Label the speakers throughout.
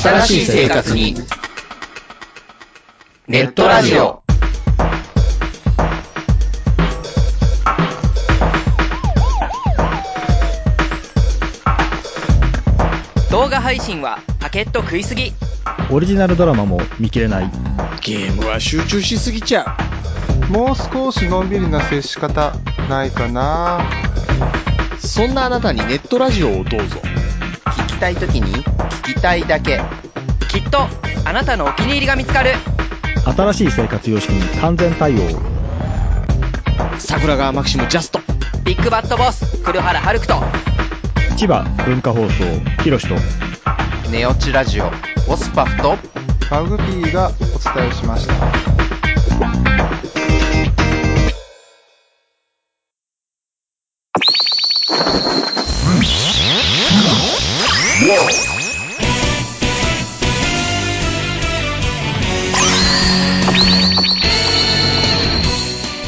Speaker 1: 新しい生活に。ネットラジオ。
Speaker 2: 動画配信はパケット食いすぎ
Speaker 3: オリジナルドラマも見切れない
Speaker 4: ゲームは集中しすぎちゃ
Speaker 5: もう少しのんびりな接し方ないかな
Speaker 4: うそんなあなたにネットラジオをどうぞ
Speaker 2: 聞きたいときに聞きたいだけきっとあなたのお気に入りが見つかる
Speaker 3: 新しい生活様式に完全対応
Speaker 4: 桜川マキシムジャスト
Speaker 2: ビッグバットボス黒原遥人
Speaker 3: 千葉文化放送ひろしと
Speaker 1: ネオチラジオ。オスパフと、
Speaker 5: バグビーがお伝えしました。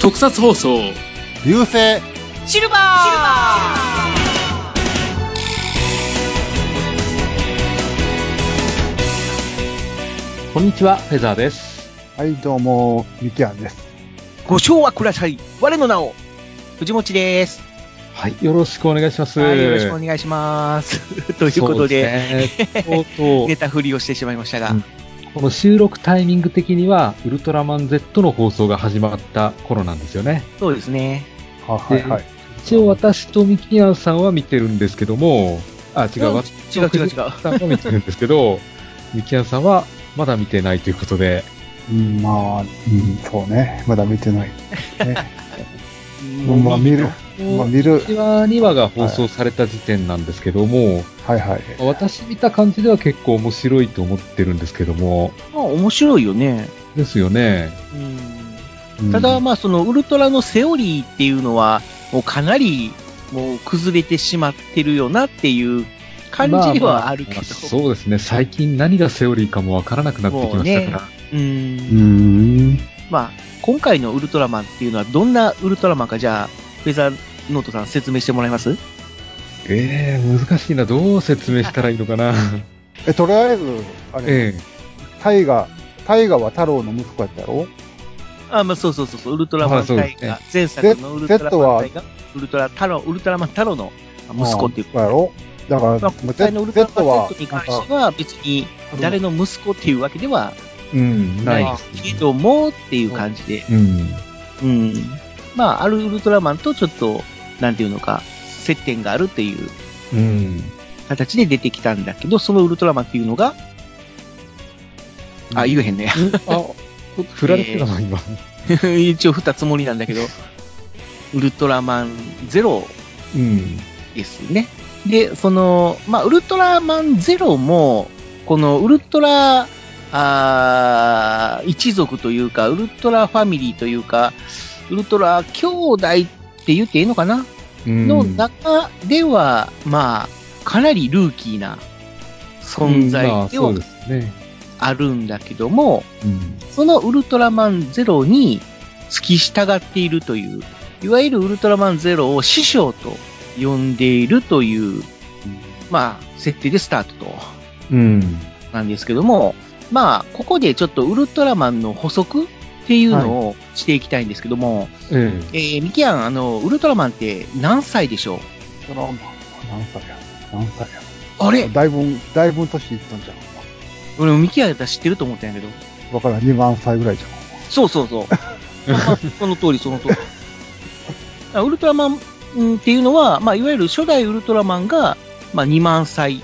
Speaker 6: 特撮放送
Speaker 5: 流星
Speaker 2: シルバー
Speaker 7: こんにちは、フェザーです。
Speaker 8: はい、どうも、みきやんです。
Speaker 9: ご賞はください。我の名を。藤持です。
Speaker 7: はい、よろしくお願いします。
Speaker 9: はい、よろしくお願いします。 ということで、
Speaker 7: そうですね、とう
Speaker 9: ネタ振りをしてしまいましたが、
Speaker 7: うんとう、この収録タイミング的には、ウルトラマン Z の放送が始まった頃なんですよね。
Speaker 9: そうですね。
Speaker 8: ははいはい。
Speaker 7: 一応私とミキアンさんは見てるんですけども、あ、違う、
Speaker 9: うん
Speaker 7: 私
Speaker 9: 違う違う違う。
Speaker 7: さんは見てるんですけど、ミキアンさんはまだ見てないということで、
Speaker 8: うん、まあ、うん、そうね。まだ見て ない。ね、うんまあ、見る。まあ、見る。
Speaker 7: 1話、2話が放送された時点なんですけども、
Speaker 8: はいはい。
Speaker 7: 私見た感じでは結構面白いと思ってるんですけども、
Speaker 9: まあ、面白いよね。
Speaker 7: ですよね。
Speaker 9: うん、ただ、まあ、その、ウルトラのセオリーっていうのは、もうかなり、もう崩れてしまってるよなっていう感じで
Speaker 7: まま
Speaker 9: はあるけど。
Speaker 7: まあそうですね、最近何がセオリーかもわからなくなってきましたから。
Speaker 9: うん
Speaker 8: うーん。
Speaker 9: まあ、今回のウルトラマンっていうのはどんなウルトラマンか、じゃあ、フェザーノートさん説明してもらえます
Speaker 7: ええー、難しいな、どう説明したらいいのかな。
Speaker 8: え、とりあえず、あれ、
Speaker 7: え
Speaker 8: 大河、大河は太郎の息子やったやろ
Speaker 9: あ、まあ、そうそうそうそう、ウルトラマンタイガ
Speaker 7: あ
Speaker 9: 前作のウルトラ
Speaker 8: Z
Speaker 9: マ
Speaker 8: は
Speaker 9: ンタイガウルトラタロ、ウルトラマンタロの息子っていうか、
Speaker 8: あそうやろだから、
Speaker 9: まあ、今回のウルト
Speaker 8: Z
Speaker 9: ラマン
Speaker 8: は
Speaker 9: Z に、
Speaker 8: なん
Speaker 9: 関
Speaker 8: か
Speaker 9: して、は別に誰の息子っていうわけでは
Speaker 7: えうん、ない
Speaker 9: ない
Speaker 7: です
Speaker 9: けどもっていう感じで、
Speaker 7: うん。
Speaker 9: うん。まあ、あるウルトラマンとちょっと、なんていうのか、接点があるっていう
Speaker 7: うん。
Speaker 9: 形で出てきたんだけど、そのウルトラマンっていうのが、あ、言えへんね。
Speaker 7: あ、振られてたな、今。
Speaker 9: 一応振ったつもりなんだけど、ウルトラマンゼロ
Speaker 7: うん。
Speaker 9: ですね。で、その、まあ、ウルトラマンゼロも、このウルトラ、あー一族というか、ウルトラファミリーというか、ウルトラ兄弟って言っていいのかな、
Speaker 7: うん
Speaker 9: の中では、まあ、かなりルーキーな存
Speaker 7: うんま
Speaker 9: 在
Speaker 7: あ
Speaker 9: で
Speaker 7: そう
Speaker 9: は
Speaker 7: ですね。
Speaker 9: あるんだけども、
Speaker 7: うん。
Speaker 9: そのウルトラマンゼロに付き従っているという、いわゆるウルトラマンゼロを師匠と呼んでいるという、まあ、設定でスタートと、
Speaker 7: うん。
Speaker 9: なんですけども、まあ、ここでちょっとウルトラマンの補足っていうのをしていきたいんですけども、
Speaker 7: え
Speaker 9: えー、ミキアン、あの、ウルトラマンって何歳でしょう
Speaker 8: 太郎の何歳や何歳や
Speaker 9: あれ
Speaker 8: だいぶ、だいぶ年いったんじゃん。
Speaker 9: 俺もミキアンだったら知ってると思ったんやけど。
Speaker 8: わからん、2万歳ぐらいじゃん。
Speaker 9: そうそうそう。まあその通り、その通り。あウルトラマンうんっていうのは、まあ、いわゆる初代ウルトラマンが、まあ、2万歳。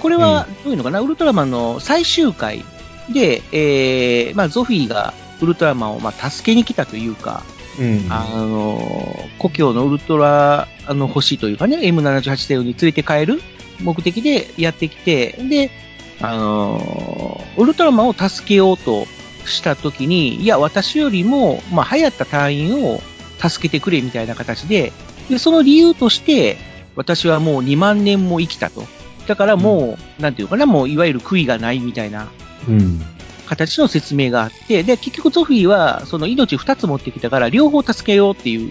Speaker 9: これは、どういうのかな、ウルトラマンの最終回で、えーまあ、ゾフィーがウルトラマンを、まあ、助けに来たというか、
Speaker 7: え。うん。
Speaker 9: あのー故郷のウルトラあの星というかね、M78 帝王に連れて帰る目的でやってきて、で、あのーウルトラマンを助けようとした時に、いや、私よりも、まあ、流行った隊員を助けてくれみたいな形で、で、その理由として、私はもう2万年も生きたと。だからもう、なんていうのかな、もういわゆる悔いがないみたいな
Speaker 7: うん。
Speaker 9: 形の説明があって、で、結局ゾフィーは、その命2つ持ってきたから、両方助けようっていう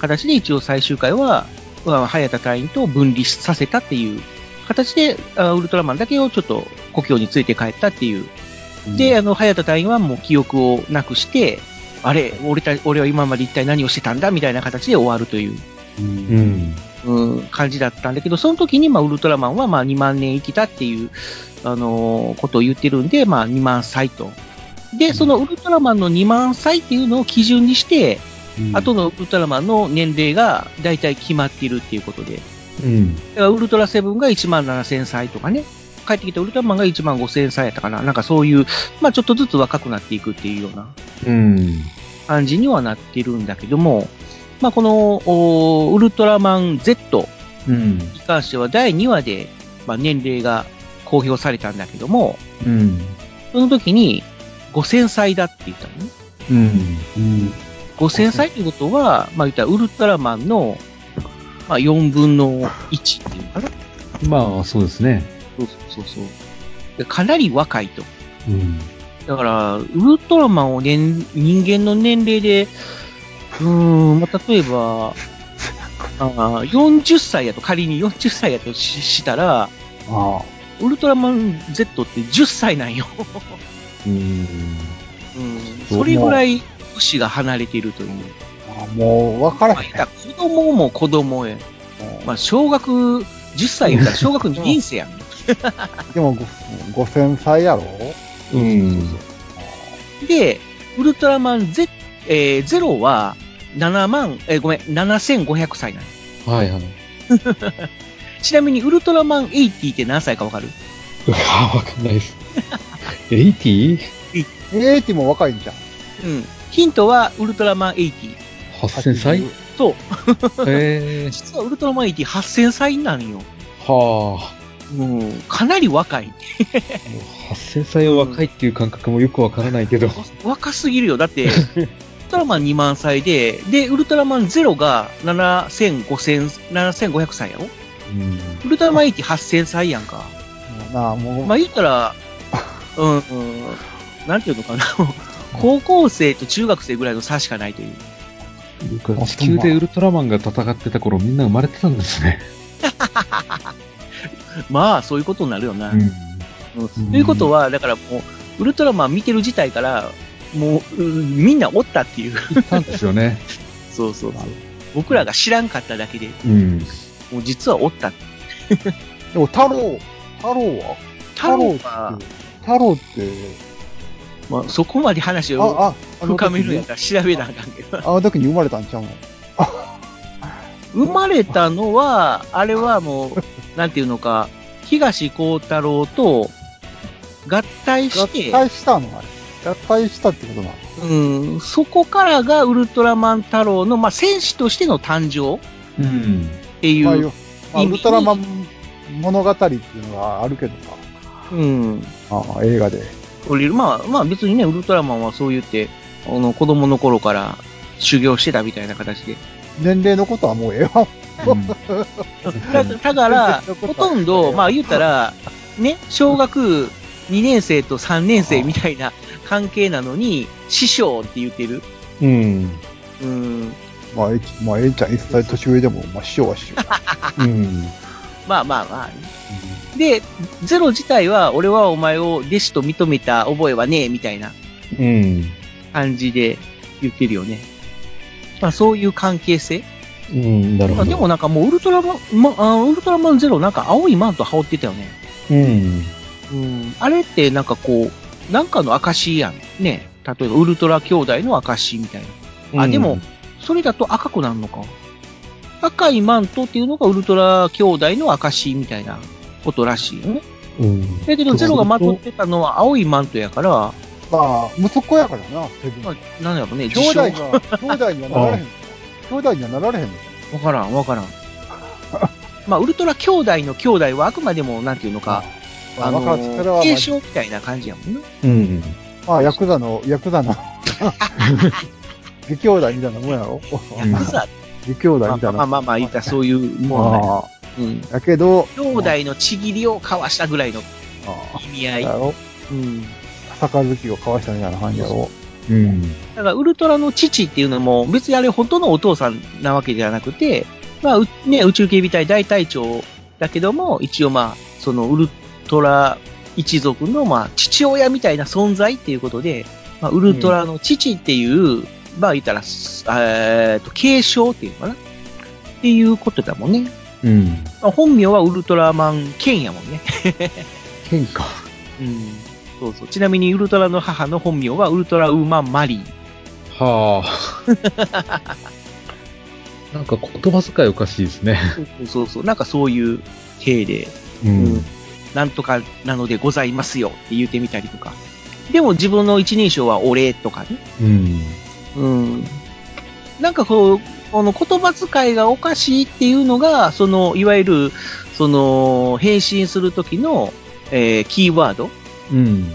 Speaker 9: 形で、一応最終回は、まあ早田隊員と分離させたっていう形で、あウルトラマンだけをちょっと故郷について帰ったっていう。で、あの、早田隊員はもう記憶をなくして、あれ、俺た、俺は今まで一体何をしてたんだみたいな形で終わるという、
Speaker 8: うん
Speaker 7: うん。
Speaker 9: うん、感じだったんだけど、その時に、まあ、ウルトラマンは、まあ、2万年生きたっていう、あのーことを言ってるんで、まあ、2万歳と。で、そのウルトラマンの2万歳っていうのを基準にして、
Speaker 8: うん
Speaker 9: 後のウルトラマンの年齢が大体決まっているっていうことで。
Speaker 7: うん。
Speaker 9: だからウルトラセブンが1万7000歳とかね、帰ってきたウルトラマンが1万5000歳やったかな、なんかそういう、まあちょっとずつ若くなっていくっていうような
Speaker 7: うん。
Speaker 9: 感じにはなってるんだけども、まあこの、おウルトラマン Z
Speaker 7: うん。
Speaker 9: に関しては第2話で、まあ、年齢が公表されたんだけども、
Speaker 7: うん。
Speaker 9: その時に5000歳だって言ったのね。
Speaker 7: うん。
Speaker 8: うん
Speaker 9: 5000歳っていうことは、まあ言ったらウルトラマンの、まあ4分の1っていうのかな。
Speaker 7: まあ、そうですね。
Speaker 9: そうそうそうそう。かなり若いと。
Speaker 7: うん。
Speaker 9: だから、ウルトラマンを年人間の年齢で、うーん、まあ、例えば、あー40歳やと、仮に40歳やとししたら、
Speaker 8: ああ
Speaker 9: ウルトラマン Z って10歳なんよ。
Speaker 7: うん。
Speaker 9: うん、
Speaker 8: そう
Speaker 9: それぐらい年が離れているという。
Speaker 8: ああもう分から
Speaker 9: まあ、
Speaker 8: へ
Speaker 9: 言
Speaker 8: ん
Speaker 9: ったら子供も子供へ。まあ、小学、10歳言った ら小学2年生やん。
Speaker 8: でもご5000歳やろ
Speaker 7: うん。
Speaker 9: で、ウルトラマン Z、えー、ゼロは7万、えーごめん、7500歳なの。
Speaker 7: はいはい。
Speaker 9: ちなみにウルトラマン80って何歳かわかる
Speaker 7: うわわかんないです。80?
Speaker 8: エイティも若いんじゃん
Speaker 9: うん。ヒントはウルトラマン80。
Speaker 7: 8000歳
Speaker 9: そう。
Speaker 7: ええ
Speaker 9: 実はウルトラマン80、8000歳なんよ。
Speaker 7: はあ。
Speaker 9: うん。かなり若い。
Speaker 7: 8000歳を若いっていう感覚もよくわからないけど。
Speaker 9: 若すぎるよ。だ って、ウルトラマン2万歳で、で、ウルトラマン0が7000、5000 7500歳やろ
Speaker 7: うん。
Speaker 9: ウルトラマン80、8000歳やんか。
Speaker 8: なあもう、
Speaker 9: まあ言った ら、うん、うん、なんていうのかな。高校生と中学生ぐらいの差しかないという。
Speaker 7: 地球でウルトラマンが戦ってた頃みんな生まれてたんですね。
Speaker 9: まあ、そういうことになるよな。
Speaker 7: う
Speaker 9: うんということは、だからもう、ウルトラマン見てる自体から、もう、うんみんなおったっていう。
Speaker 7: ん。たんですよね。
Speaker 9: そうそうそう。僕らが知らんかっただけで、
Speaker 7: うん。
Speaker 9: もう実はおった。
Speaker 8: でも太郎太郎は
Speaker 9: 太郎は、
Speaker 8: 太郎って
Speaker 9: まあ、そこまで話を
Speaker 8: あああの時
Speaker 9: 深めるんや
Speaker 8: に
Speaker 9: ったら調べなあかんけど。
Speaker 8: あの時に生まれたんちゃうの
Speaker 9: 生まれたのは、あれはもう、なんていうのか、東光太郎と合体
Speaker 8: 合
Speaker 9: して、
Speaker 8: 体したのあれ合体したってことなの
Speaker 9: うん、そこからがウルトラマン太郎の、まあ、戦士としての誕生
Speaker 7: うん。
Speaker 9: ってい
Speaker 8: まあ
Speaker 9: う
Speaker 8: よ、まあ
Speaker 9: 意味
Speaker 8: ウルトラマン物語っていうのはあるけどさ
Speaker 9: うん、
Speaker 8: ああ映画で
Speaker 9: 降りる。まあ、まあ別にね、ウルトラマンはそう言って、あの、子供の頃から修行してたみたいな形で。
Speaker 8: 年齢のことはもうええわ
Speaker 9: だだから、ほとんど、まあ言ったら、ね、小学2年生と3年生みたいな関係なのに、師匠って言ってる。
Speaker 7: うん。
Speaker 9: うん。
Speaker 8: まあ、えいちまあ、えいちゃん一歳年上でも、まあ、師匠は師 匠。
Speaker 7: うん。
Speaker 9: まあまあまあね、で、ゼロ自体は、俺はお前を弟子と認めた覚えはねえ、みたいな
Speaker 7: うん。
Speaker 9: 感じで言ってるよね。まあそういう関係性。
Speaker 7: うん。なる
Speaker 9: あでもなんかもうウルトラマン、ま、あウルトラマンゼロなんか青いマント羽織ってたよね。
Speaker 7: うん。
Speaker 9: うん。あれってなんかこう、なんかの証やん。ね。例えばウルトラ兄弟の証みたいな。あ、でも、それだと赤くなるのか。赤いマントっていうのがウルトラ兄弟の証みたいなことらしいよね。
Speaker 7: うん。
Speaker 9: だけどゼロがまとってたのは青いマントやから、
Speaker 8: まあ、息子やからな、セブン
Speaker 9: まあ、なんやろね、
Speaker 8: 兄
Speaker 9: 自
Speaker 8: 弟
Speaker 9: 称
Speaker 8: が、。兄弟にはなられへん。兄弟にはなられへんの
Speaker 9: わからん、わからん。 まあ、ウルトラ兄弟の兄弟はあくまでも、なんていうのか、
Speaker 8: ま
Speaker 9: あ
Speaker 8: あ、
Speaker 9: の
Speaker 8: だからそれは、まあ
Speaker 9: 継承みたいな感じやもんな。
Speaker 7: うん。
Speaker 8: まあ、ヤクザの、ヤクザの、 義兄弟みたいなもんやろ
Speaker 9: ヤクザ、
Speaker 8: 義兄弟みた
Speaker 9: まあまあ
Speaker 8: いな。
Speaker 9: まあまあ、言ったらそういうもんね。
Speaker 8: まあ、
Speaker 9: うん。
Speaker 8: だけど、
Speaker 9: 兄弟のちぎりを交わしたぐらいの
Speaker 8: あ
Speaker 9: 意味合
Speaker 8: あ
Speaker 9: い。
Speaker 8: やろ
Speaker 9: うん。
Speaker 8: 杯を交わしたみたいな感じやろ
Speaker 7: うん。
Speaker 9: だから、ウルトラの父っていうのも、別にあれ本当のお父さんなわけじゃなくて、まあ、うね、宇宙警備隊大隊長、だけども、一応まあ、そのウルトラ一族のまあ、父親みたいな存在っていうことで、まあ、ウルトラの父っていう、まあ言ったら、すえーと、継承っていうのかなっていうことだもんね。
Speaker 7: うん。
Speaker 9: まあ本名はウルトラマンケンやもんね。
Speaker 7: 剣か。
Speaker 9: うん。そうそう。ちなみにウルトラの母の本名はウルトラウーマンマリー。
Speaker 7: はあ。 なんか言葉遣いおかしいですね。
Speaker 9: そうそうそう。なんかそういう体で、
Speaker 7: う
Speaker 9: うん。なんとかなのでございますよって言ってみたりとか。でも自分の一人称は俺とかね。
Speaker 7: うん。
Speaker 9: うん。なんかこう、この言葉遣いがおかしいっていうのが、その、いわゆる、その、返信するときの、えーキーワード
Speaker 7: うん。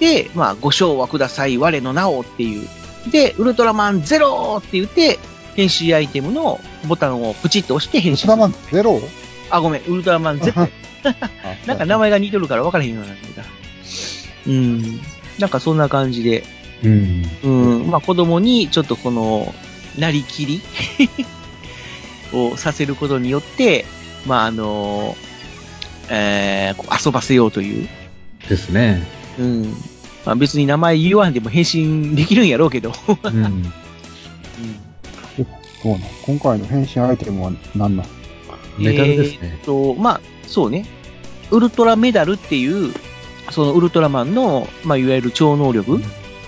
Speaker 9: で、まあ、ご賞はください、我の名をっていう。で、ウルトラマンゼロって言って、返信アイテムのボタンをプチッと押して返
Speaker 8: ウ
Speaker 9: 信
Speaker 8: ルトラマンゼロ
Speaker 9: あ、ごめん、ウルトラマンゼロ。なんか名前が似てるから分からへんようになってきた。うん。なんかそんな感じで、
Speaker 7: うん。
Speaker 9: うん。まあ子供にちょっとこの、なりきり をさせることによって、まああの、えーこう遊ばせようという。
Speaker 7: ですね。
Speaker 9: うん。まあ別に名前言わんでも返信できるんやろうけど。
Speaker 7: うん。
Speaker 8: そうなの今回の変身アイテムは何なの
Speaker 7: メダルですね
Speaker 9: えーっと、まあ、そうね。ウルトラメダルっていう、そのウルトラマンの、まあ、いわゆる超能力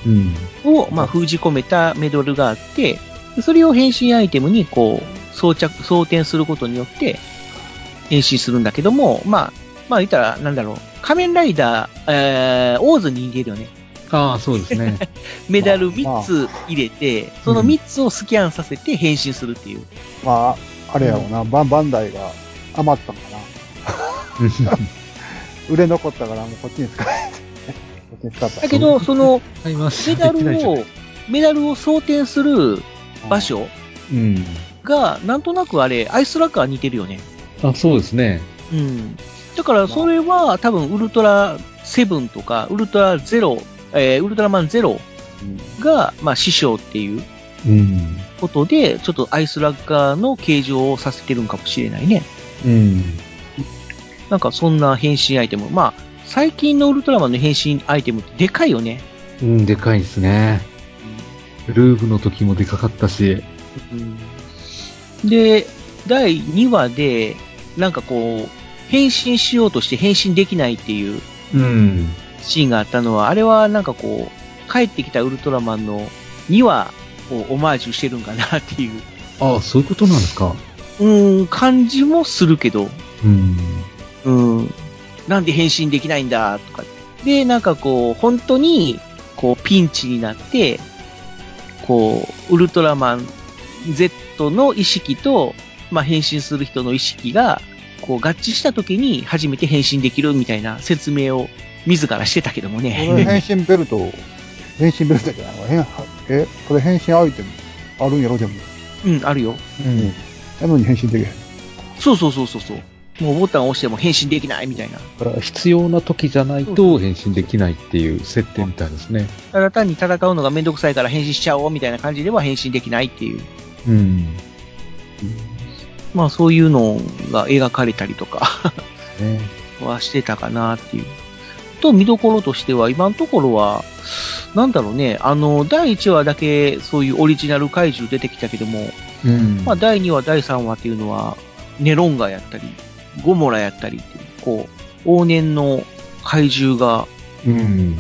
Speaker 7: うん。
Speaker 9: を、まあ、封じ込めたメダルがあって、それを変身アイテムに、こう、装着、装填することによって、変身するんだけども、まあ、まあ、言ったら、なんだろう、仮面ライダー、えー、オーズに似てるよね。
Speaker 7: ああ、そうです ね。
Speaker 9: メダル
Speaker 8: まあまあ
Speaker 9: 3つ入れて、その3つをスキャンさせて変身するっていう。
Speaker 8: まあ、あれやろうな、バンバンダイが余ったのかな。売れ残ったからもうこっちに使えて。こっちに使った。
Speaker 9: だけど、その、
Speaker 7: 買います
Speaker 9: メダル
Speaker 7: できないじゃな
Speaker 9: を
Speaker 7: い、
Speaker 9: メダルを装填する
Speaker 8: うん
Speaker 9: 場。所
Speaker 7: うん。
Speaker 9: が、なんとなくあれ、アイスラッカーに似てるよね。
Speaker 7: あ、そうですね。
Speaker 9: うん。だから、それは、多分、ウルトラセブンとか、ウルトラゼロ、えーウルトラマンゼロ
Speaker 8: うん
Speaker 9: が、まあ、師匠っていう
Speaker 7: うん。
Speaker 9: ことで、ちょっとアイスラッガーの形状をさせてるんかもしれないね。
Speaker 7: うん。
Speaker 9: なんか、そんな変身アイテム。まあ、最近のウルトラマンの変身アイテムってでかいよね。
Speaker 7: うん、でかいですね。ルーブの時もでかかったし。
Speaker 9: で、第2話で、なんかこう、変身しようとして変身できないっていう
Speaker 7: うん。
Speaker 9: シーンがあったのは、あれはなんかこう、帰ってきたウルトラマンの2話をオマージュしてるんかなっていう、
Speaker 7: ああ、そういうことなんですか。
Speaker 9: うん、感じもするけど、
Speaker 7: うん。
Speaker 9: うん、なんで変身できないんだとか。で、なんかこう、本当に、こう、ピンチになって、こう、ウルトラマン Z の意識と、まあ、変身する人の意識が、こう、合致した時に初めて変身できるみたいな説明を自らしてたけどもね。
Speaker 8: これ変身ベルト、変身ベルトじゃないわ変え、これ変身アイテムあるんやろ、でも。
Speaker 9: うん、あるよ。
Speaker 8: うん。なのに変身できへん。
Speaker 9: そうそうそうそうそう。もうボタンを押しても変身できないみたいな。
Speaker 7: だから必要な時じゃないと変身できないっていう設定みたいですね。
Speaker 9: ただ単に戦うのがめんどくさいから変身しちゃおうみたいな感じでは変身できないっていう。
Speaker 7: うん。
Speaker 9: まあそういうのが描かれたりとか
Speaker 7: ね、
Speaker 9: はしてたかなっていう。と、見どころとしては、今のところは、なんだろうね、あの、第1話だけそういうオリジナル怪獣出てきたけども、
Speaker 7: うん。
Speaker 9: まあ第2話、第3話っていうのは、ネロンガやったり、ゴモラやったりっていう、こう、往年の怪獣が、
Speaker 7: うん。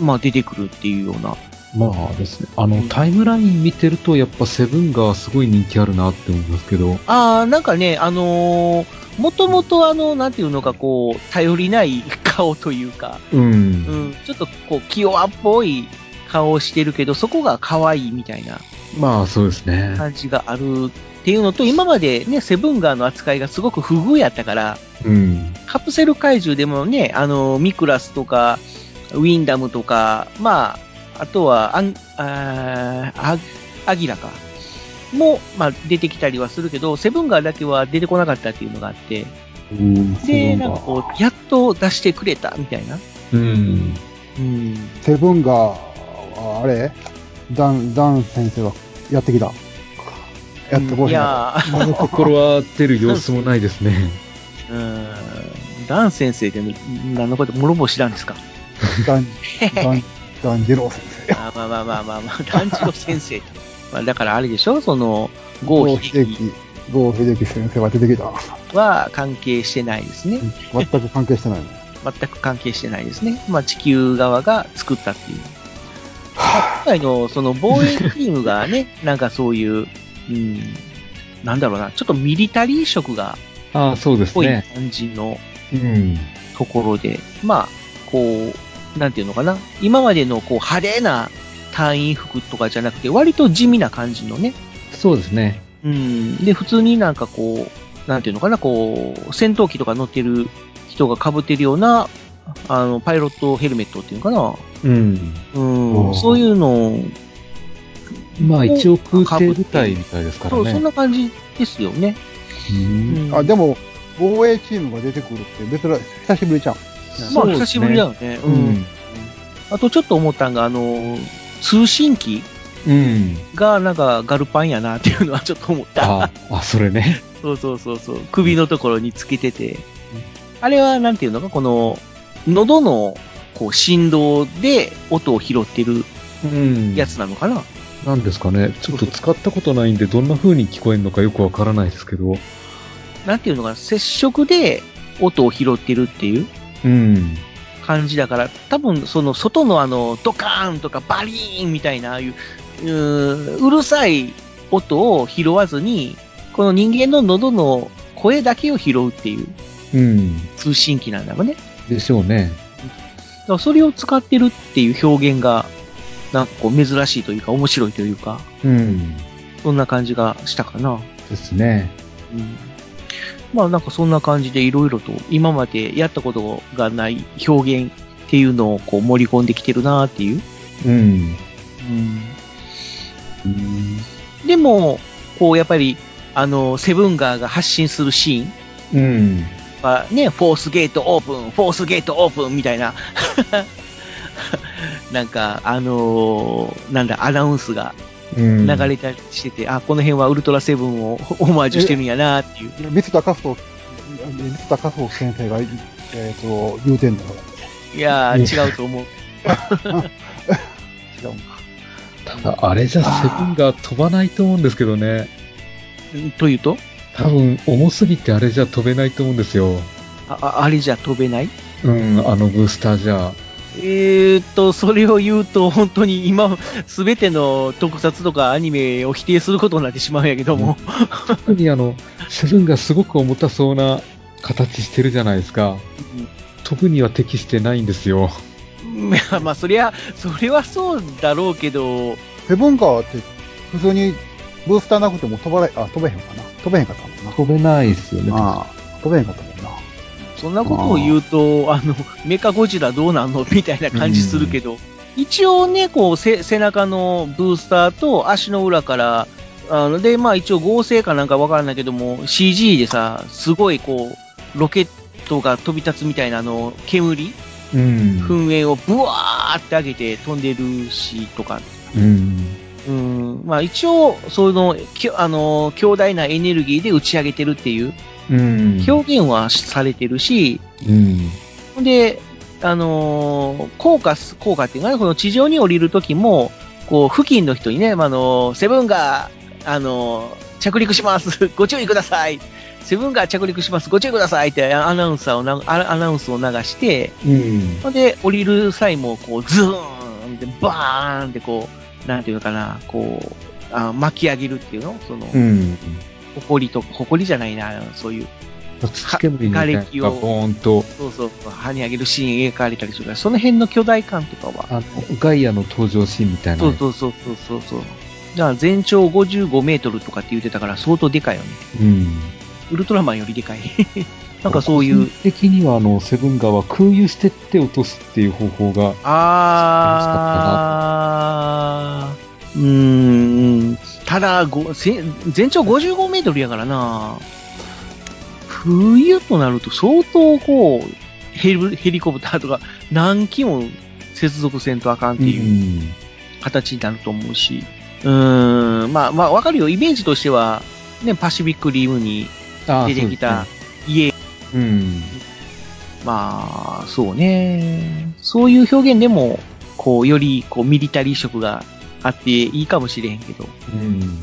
Speaker 9: まあ出てくるっていうような
Speaker 7: まあですね。あの、タイムライン見てると、やっぱセブンがすごい人気あるなって思いますけど。
Speaker 9: ああ、なんかね、あのー、もともとあの、なんていうのか、こう、頼りない顔というか、
Speaker 7: うん
Speaker 9: うん、ちょっとこう、気弱っぽい顔をしてるけど、そこが可愛いみたいな
Speaker 7: まあそうですね。
Speaker 9: 感じがあるっていうのと、今までね、セブンガーの扱いがすごく不遇やったから、
Speaker 7: うん。
Speaker 9: カプセル怪獣でもね、あのー、ミクラスとか、ウィンダムとか、まあ、あとはアン、あーアアギラか。も、まあ、出てきたりはするけど、セブンガーだけは出てこなかったっていうのがあって、
Speaker 8: うん、
Speaker 9: で、なんかこう、やっと出してくれたみたいな。
Speaker 7: うん。
Speaker 9: うん。
Speaker 8: セブンが、ああれダン、ダン先生がやってきた。やってこ
Speaker 9: い
Speaker 8: うへんか
Speaker 9: やー、
Speaker 7: 心は出る様子もないですね。
Speaker 9: うん。ダン先生って何のこと、諸星知らんですか
Speaker 8: ダン、ダ ン、ダンジロー先生。
Speaker 9: あまあまあまあまあまあ、団次郎先生と。まあだからあれでしょその、郷
Speaker 8: 秀
Speaker 9: 秀樹
Speaker 8: 樹、郷秀樹先生は出てきた。
Speaker 9: は関係してないですね。
Speaker 8: 全く関係してないね。
Speaker 9: 全く関係してないですね。まあ地球側が作ったっていう。今回のその防衛チームがね、なんかそういう、うん、なんだろうな、ちょっとミリタリー色が
Speaker 7: ああ、そうです
Speaker 9: 濃い
Speaker 7: ね。
Speaker 9: 感じの
Speaker 7: うん。
Speaker 9: ところで、まあ、こう、なんていうのかな、今までのこう派手な隊員服とかじゃなくて、割と地味な感じのね、
Speaker 7: そうですね。
Speaker 9: うん、で、普通になんかこう、なんていうのかな、こう、戦闘機とか乗ってる人が被ってるような、あの、パイロットヘルメットっていうのかな、
Speaker 7: うん。
Speaker 9: う
Speaker 8: お
Speaker 9: ん、
Speaker 8: ー
Speaker 9: そういうのを、
Speaker 7: まあ一応空挺部隊みたいですか
Speaker 9: そう、
Speaker 7: ら
Speaker 9: そん
Speaker 7: ね。
Speaker 9: な感じですよね。うん
Speaker 8: あ、でも、防衛チームが出てくるって珍しい。久しぶりじゃん。
Speaker 9: まあ、
Speaker 7: そうですね
Speaker 9: 久しぶりだよね。う。
Speaker 7: うんん。
Speaker 9: あとちょっと思ったんが、あの、通信機
Speaker 7: うん。
Speaker 9: がなんかガルパンやなっていうのはちょっと思った。
Speaker 7: ああ、それね。
Speaker 9: そうそうそうそう。首のところにつけてて。あれは、なんていうのか、この、喉の、こう、振動で音を拾ってる
Speaker 7: うん
Speaker 9: やつなのかな。
Speaker 7: なんですかね。ちょっと使ったことないんで、どんな風に聞こえるのかよくわからないですけど。
Speaker 9: なんていうのかな、接触で音を拾ってるっていう
Speaker 7: うん。
Speaker 9: 感じだから、多分、その、外のあの、ドカーンとかバリーンみたいな、ああいう、うーんうるさい音を拾わずに、この人間の喉の声だけを拾うっていう
Speaker 7: うん。
Speaker 9: 通信機なんだろうね。
Speaker 7: でしょうね。
Speaker 9: だからそれを使ってるっていう表現が、なんかこう珍しいというか面白いというか、
Speaker 7: うん。
Speaker 9: そんな感じがしたかな。
Speaker 7: ですね。
Speaker 9: うん。まあなんかそんな感じでいろいろと今までやったことがない表現っていうのをこう盛り込んできてるなっていう。
Speaker 7: うん。
Speaker 9: でも、こうやっぱり、あの、セブンガーが発信するシーン
Speaker 7: うん。
Speaker 9: はね、フォースゲートオープン、フォースゲートオープンみたいな、 なんか、あのーなんだ、アナウンスが
Speaker 7: うん。
Speaker 9: 流れたりしてて、あ、この辺はウルトラセブンをオマージュしてるんやなっていう。
Speaker 8: 三田カフト、三田カフト先生が、えっ、と、言うてんだか
Speaker 9: いやー、違うと思う。
Speaker 8: ら。違うんか。
Speaker 7: ただ、あれじゃセブンが飛ばないと思うんですけどね。
Speaker 9: んというと
Speaker 7: 多分、重すぎてあれじゃ飛べないと思うんですよ。
Speaker 9: あああれじゃ飛べない
Speaker 7: うん、あのブースターじゃ。
Speaker 9: えーっと、それを言うと、本当に今、すべての特撮とかアニメを否定することになってしまうんやけども。
Speaker 7: 特にあの、セブンがすごく重たそうな形してるじゃないですか。飛ぶには適してないんですよ。
Speaker 9: うん まあまあ、そりゃ、それはそうだろうけど、
Speaker 8: セブンカーって、普通にブースターなくても飛ばない、あ、飛べへんかな。飛べへんかったもんな。
Speaker 7: 飛べないですよね
Speaker 8: ああ、飛べへんかったもんな。
Speaker 9: そんなことを言うと、あの、メカゴジラどうなんのみたいな感じするけど、一応ね、こう、せ背中のブースターと足の裏から、あの、で、まあ一応合成かなんかわからないけども、CG でさ、すごいこう、ロケットが飛び立つみたいなあの、煙、
Speaker 7: うん。
Speaker 9: 噴煙をブワーって上げて飛んでるし、とか、
Speaker 7: うん。
Speaker 9: うん、まあ一応、その、きょあの、強大なエネルギーで打ち上げてるっていう
Speaker 7: うん。
Speaker 9: 表現はされてるし、
Speaker 7: うん。
Speaker 9: ほんで、あのー効果す、効果っていうかね、この地上に降りるときも、こう、付近の人にね、まああのーセブンが、あのー着陸します。 ご注意ください。セブンが着陸します。ご注意くださいってアナウンサーをな、アアナウンスを流して、
Speaker 7: うん。
Speaker 9: ほんで、降りる際も、こう、ズーンって、バーンって、こう、なんていうのかな、こう、あ巻き上げるっていうのその、
Speaker 7: うん。
Speaker 9: 埃と、埃じゃないな、そういう、
Speaker 7: 土煙みたいなのがボーンと、
Speaker 9: そうそう、跳ね上げるシーン描かれたりするから、その辺の巨大感とかは、
Speaker 7: あの、ガイアの登場シーンみたいな。
Speaker 9: そうそうそうそうそうそう。だから全長55メートルとかって言ってたから相当でかいよね。
Speaker 7: うん。
Speaker 9: ウルトラマンよりでかい。 なんかそうい
Speaker 7: 個
Speaker 9: う
Speaker 7: 人、的にはあの、セブンガは空輸してって落とすっていう方法が、
Speaker 9: あー、うーん、ただ、ごせ全長55メートルやからな冬となると相当こう、ヘリヘリコプターとか何機も接続せんとあかんっていう。
Speaker 7: ん。
Speaker 9: 形になると思うし、うーん、まあまあわかるよ、イメージとしては、ね、パシフィックリムに
Speaker 7: ああ
Speaker 9: 出てきた家
Speaker 7: そうですね
Speaker 9: まあ、そうね。そういう表現でも、こう、より、こう、ミリタリー色があっていいかもしれへんけど、
Speaker 7: うん。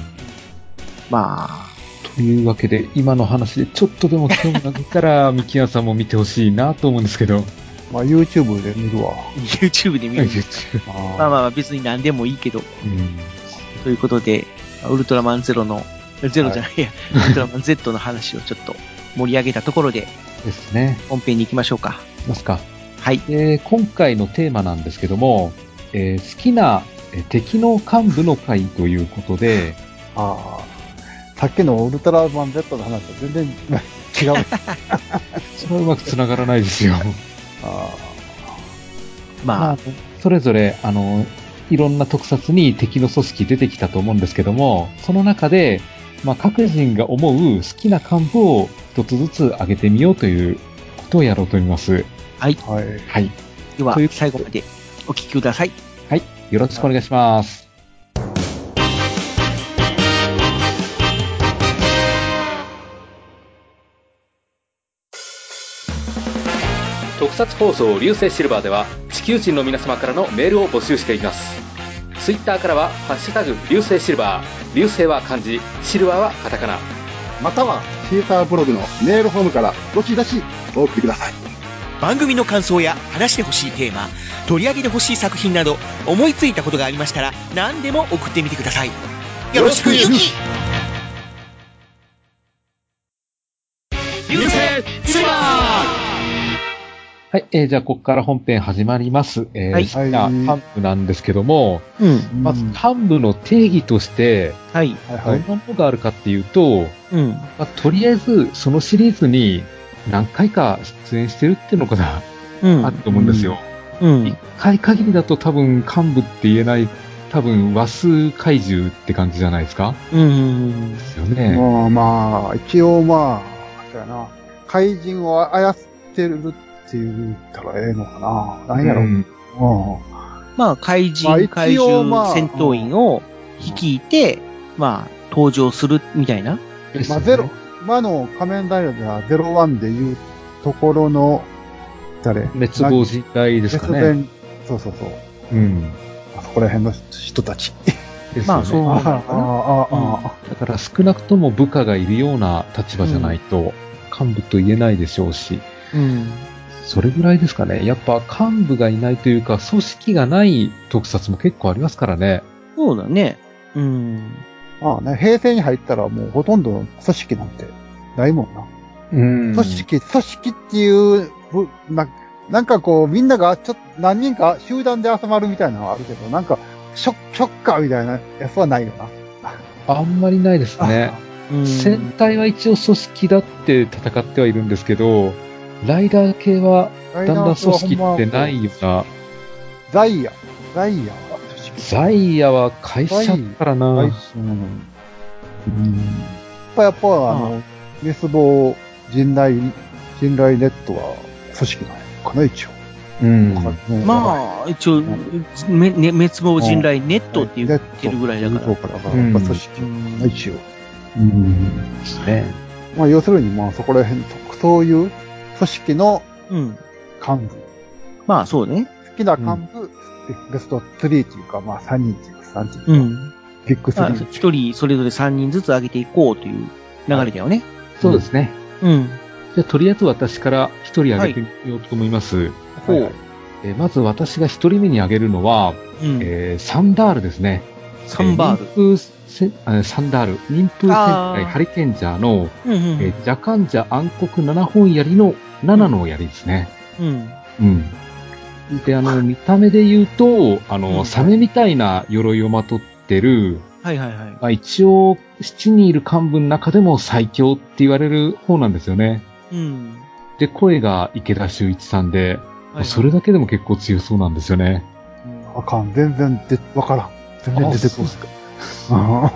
Speaker 9: ま
Speaker 7: というわけで、今の話でちょっとでも興味が出たら、ミキヤさんも見てほしいなと思うんですけど。
Speaker 8: まあ、YouTube で見るわ。
Speaker 9: あ、YouTube で見る。まあまあまあ、別に何でもいいけど、
Speaker 7: うん
Speaker 9: ということで、ウルトラマンゼロの、ゼロじゃないや、ウルトラマン Z の話をちょっと盛り上げたところで、
Speaker 7: ですね。
Speaker 9: 本編に行きましょうか。
Speaker 7: いきますか。
Speaker 9: はい。
Speaker 7: で今回のテーマなんですけども、えー好きなえー敵の幹部の会ということで、
Speaker 8: ああ。さっきのウルトラマン Z の話と全然 違う。
Speaker 7: それはうまく繋がらないですよ。
Speaker 8: あ
Speaker 9: ま
Speaker 7: ま
Speaker 9: あ
Speaker 7: あ、、それぞれ、あの、いろんな特撮に敵の組織出てきたと思うんですけども、その中で、まあ、各人が思う好きな幹部を一つずつ挙げてみようということをやろうと思います。
Speaker 8: あ。はい。
Speaker 7: はい。
Speaker 9: では
Speaker 7: という、
Speaker 9: 最後までお聞きください。
Speaker 7: はい。よろしくお願いします。
Speaker 6: 特撮放送流星シルバーでは地球人の皆様からのメールを募集していますツイッターからは「ハッシュタグ流星シルバー」流星は漢字シルバーはカタカナ
Speaker 10: またはシーサーブログのメールフォームからどしどしお送りください
Speaker 11: 番組の感想や話してほしいテーマ取り上げてほしい作品など思いついたことがありましたら何でも送ってみてくださいよろしくゆき流星シルバー
Speaker 7: はい。えーじゃあ、ここから本編始まります。えー
Speaker 9: はい
Speaker 7: 好きな幹部なんですけども、
Speaker 9: うん。
Speaker 7: まず幹部の定義として、
Speaker 9: はい。
Speaker 8: はい
Speaker 7: ど
Speaker 8: は
Speaker 7: ん
Speaker 8: い。
Speaker 7: なものがあるかっていうと、
Speaker 9: うん。
Speaker 7: まあ、とりあえず、そのシリーズに何回か出演してるっていうのが
Speaker 9: うん。
Speaker 7: あると思うんですよ。
Speaker 9: うん
Speaker 7: 一。回限りだと多分幹部って言えない、多分和数怪獣って感じじゃないですか
Speaker 9: うん。
Speaker 7: ですよね。
Speaker 8: まあまあ、一応まあ、そうやな。怪人を操ってるって言ったらええのかな。なんやろ。
Speaker 7: う
Speaker 8: うん。
Speaker 7: ん
Speaker 9: まあ、怪人、
Speaker 8: まあ一応
Speaker 9: 怪獣、
Speaker 8: まあ
Speaker 9: 戦闘員を率いて、まあ、登場するみたいな。
Speaker 7: です
Speaker 8: ま
Speaker 7: よ
Speaker 8: あ、
Speaker 7: ね
Speaker 8: ゼロ、今の仮面ライダーではゼロワンでいうところの、誰
Speaker 7: 滅亡人体で
Speaker 8: です
Speaker 7: かね。
Speaker 8: そうそうそう。
Speaker 7: うん。
Speaker 8: あそこら辺の人たち。
Speaker 7: です
Speaker 9: ま
Speaker 7: よ
Speaker 9: あ、そう
Speaker 7: ね。
Speaker 9: なの
Speaker 8: あ
Speaker 9: かな。
Speaker 8: あ、あ
Speaker 7: だから少なくとも部下がいるような立場じゃないと、幹部と言えないでしょうし、
Speaker 9: うん。
Speaker 7: それぐらいですかね。やっぱ幹部がいないというか、組織がない特撮も結構ありますからね。
Speaker 9: そうだね。うん。
Speaker 8: あ、ああね。平成に入ったらもうほとんど組織なんてないもんな。
Speaker 7: うん
Speaker 8: 組織、組織っていう、ぶななんかこう、みんながちょっと何人か集団で集まるみたいなのはあるけど、なんか、ショッ、ショッカーみたいなやつはないよな。
Speaker 7: あんまりないです ね。
Speaker 9: うん
Speaker 7: 戦隊は一応組織だって戦ってはいるんですけど、ライダー系は
Speaker 8: だ
Speaker 7: だんだん組織ってないような、
Speaker 8: ザイヤ。ザイヤは組織。
Speaker 7: ザイヤは会社からな、
Speaker 8: はい。
Speaker 7: うん
Speaker 8: やっぱやっぱ、あの、滅亡人雷、人雷ネットは組織なんやかな、一応。
Speaker 7: うん
Speaker 8: あ、
Speaker 9: まあ、一応、めね滅亡人雷ネットって言ってるぐらいだか
Speaker 8: そ
Speaker 9: ら
Speaker 8: う。から、やっぱ組織
Speaker 9: う
Speaker 8: か
Speaker 9: ん
Speaker 8: な、一応。
Speaker 7: うんですね。
Speaker 8: まあ、要するに、まあ、そこら辺、そそういう組織の
Speaker 9: うん。
Speaker 8: 幹部、
Speaker 9: まあ、そうね。
Speaker 8: 好きな幹部、ベスト3っていうか、まあ、3人っていうか、3人って
Speaker 9: う
Speaker 8: いうか、
Speaker 9: ん。
Speaker 8: ビッグ
Speaker 9: まあ
Speaker 8: 3。
Speaker 9: 一人それぞれ三人ずつ上げていこうという流れだよね。
Speaker 7: そうですね。
Speaker 9: うん。
Speaker 7: じゃあ、とりあえず私から一人挙げてみようと思います。
Speaker 9: ほう。
Speaker 7: えーまず私が一人目に挙げるのは、
Speaker 9: うん。
Speaker 7: えーサンダールですね。
Speaker 9: サンバール
Speaker 7: え。ー。忍風せあサンダール。忍風戦
Speaker 9: あー
Speaker 7: 隊ハリケンジャーの、
Speaker 9: うん
Speaker 7: えー、ジャカンジャ暗黒7本槍の7の槍ですね。
Speaker 9: うん。
Speaker 7: うん。で、あの、見た目で言うと、あ
Speaker 9: う
Speaker 7: の、
Speaker 9: ん
Speaker 7: サメみたいな鎧をまとってる、
Speaker 9: はいはいはい。
Speaker 7: まあ、一応、7人いる幹部の中でも最強って言われる方なんですよね。
Speaker 9: うん。
Speaker 7: で、声が池田修一さんで、
Speaker 9: はい
Speaker 7: それだけでも結構強そうなんですよね。
Speaker 8: あかん、全然で、わからん。全然出てこない。うん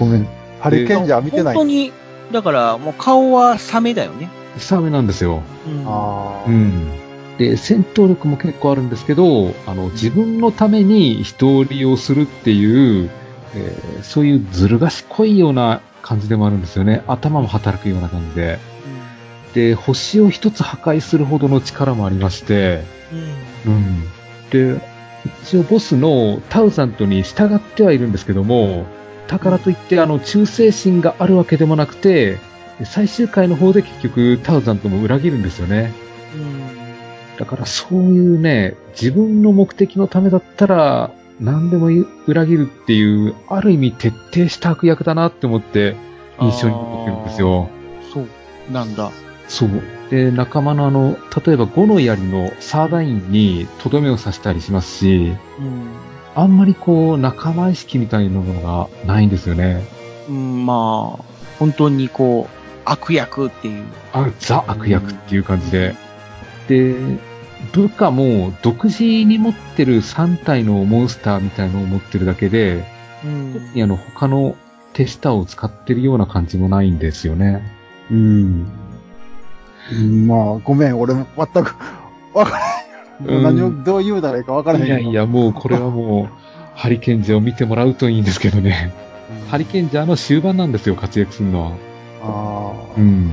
Speaker 8: ごめん。ハリケンジャー見てない。
Speaker 9: 本当に、だから、もう顔はサメだよね。
Speaker 7: サメなんですよ。
Speaker 9: うん
Speaker 8: ああ、
Speaker 7: うん。で、戦闘力も結構あるんですけど、あの、自分のために人を利用するっていう、えーそういうずる賢いような感じでもあるんですよね。頭も働くような感じで。で、星を一つ破壊するほどの力もありまして、うん。で、一応ボスのタウザントに従ってはいるんですけども、だからといって、あの、忠誠心があるわけでもなくて、最終回の方で結局タウザントも裏切るんですよね。だからそういうね、自分の目的のためだったら、何でも裏切るっていう、ある意味徹底した悪役だなって思って、印象に残ってるんですよ。
Speaker 9: そう、なんだ。
Speaker 7: そう。で、仲間のあの、例えば5の槍のサーダインにとどめを刺したりしますし、あんまりこう、仲間意識みたいなものがないんですよね。
Speaker 9: うん、まあ、本当にこう、悪役っていう。
Speaker 7: あザ悪役っていう感じで。で、部下も独自に持ってる3体のモンスターみたいのを持ってるだけで、
Speaker 9: うん。
Speaker 7: あの、他の手下を使ってるような感じもないんですよね。うん。
Speaker 8: うんまあ、ごめん、俺も全く、わから
Speaker 7: う
Speaker 8: なんい。何をどう言うならいいかわからない
Speaker 7: いやいや、もうこれはもう、ハリケンジャーを見てもらうといいんですけどね。ハリケンジャーの終盤なんですよ、活躍するのは。
Speaker 8: あ
Speaker 7: うん。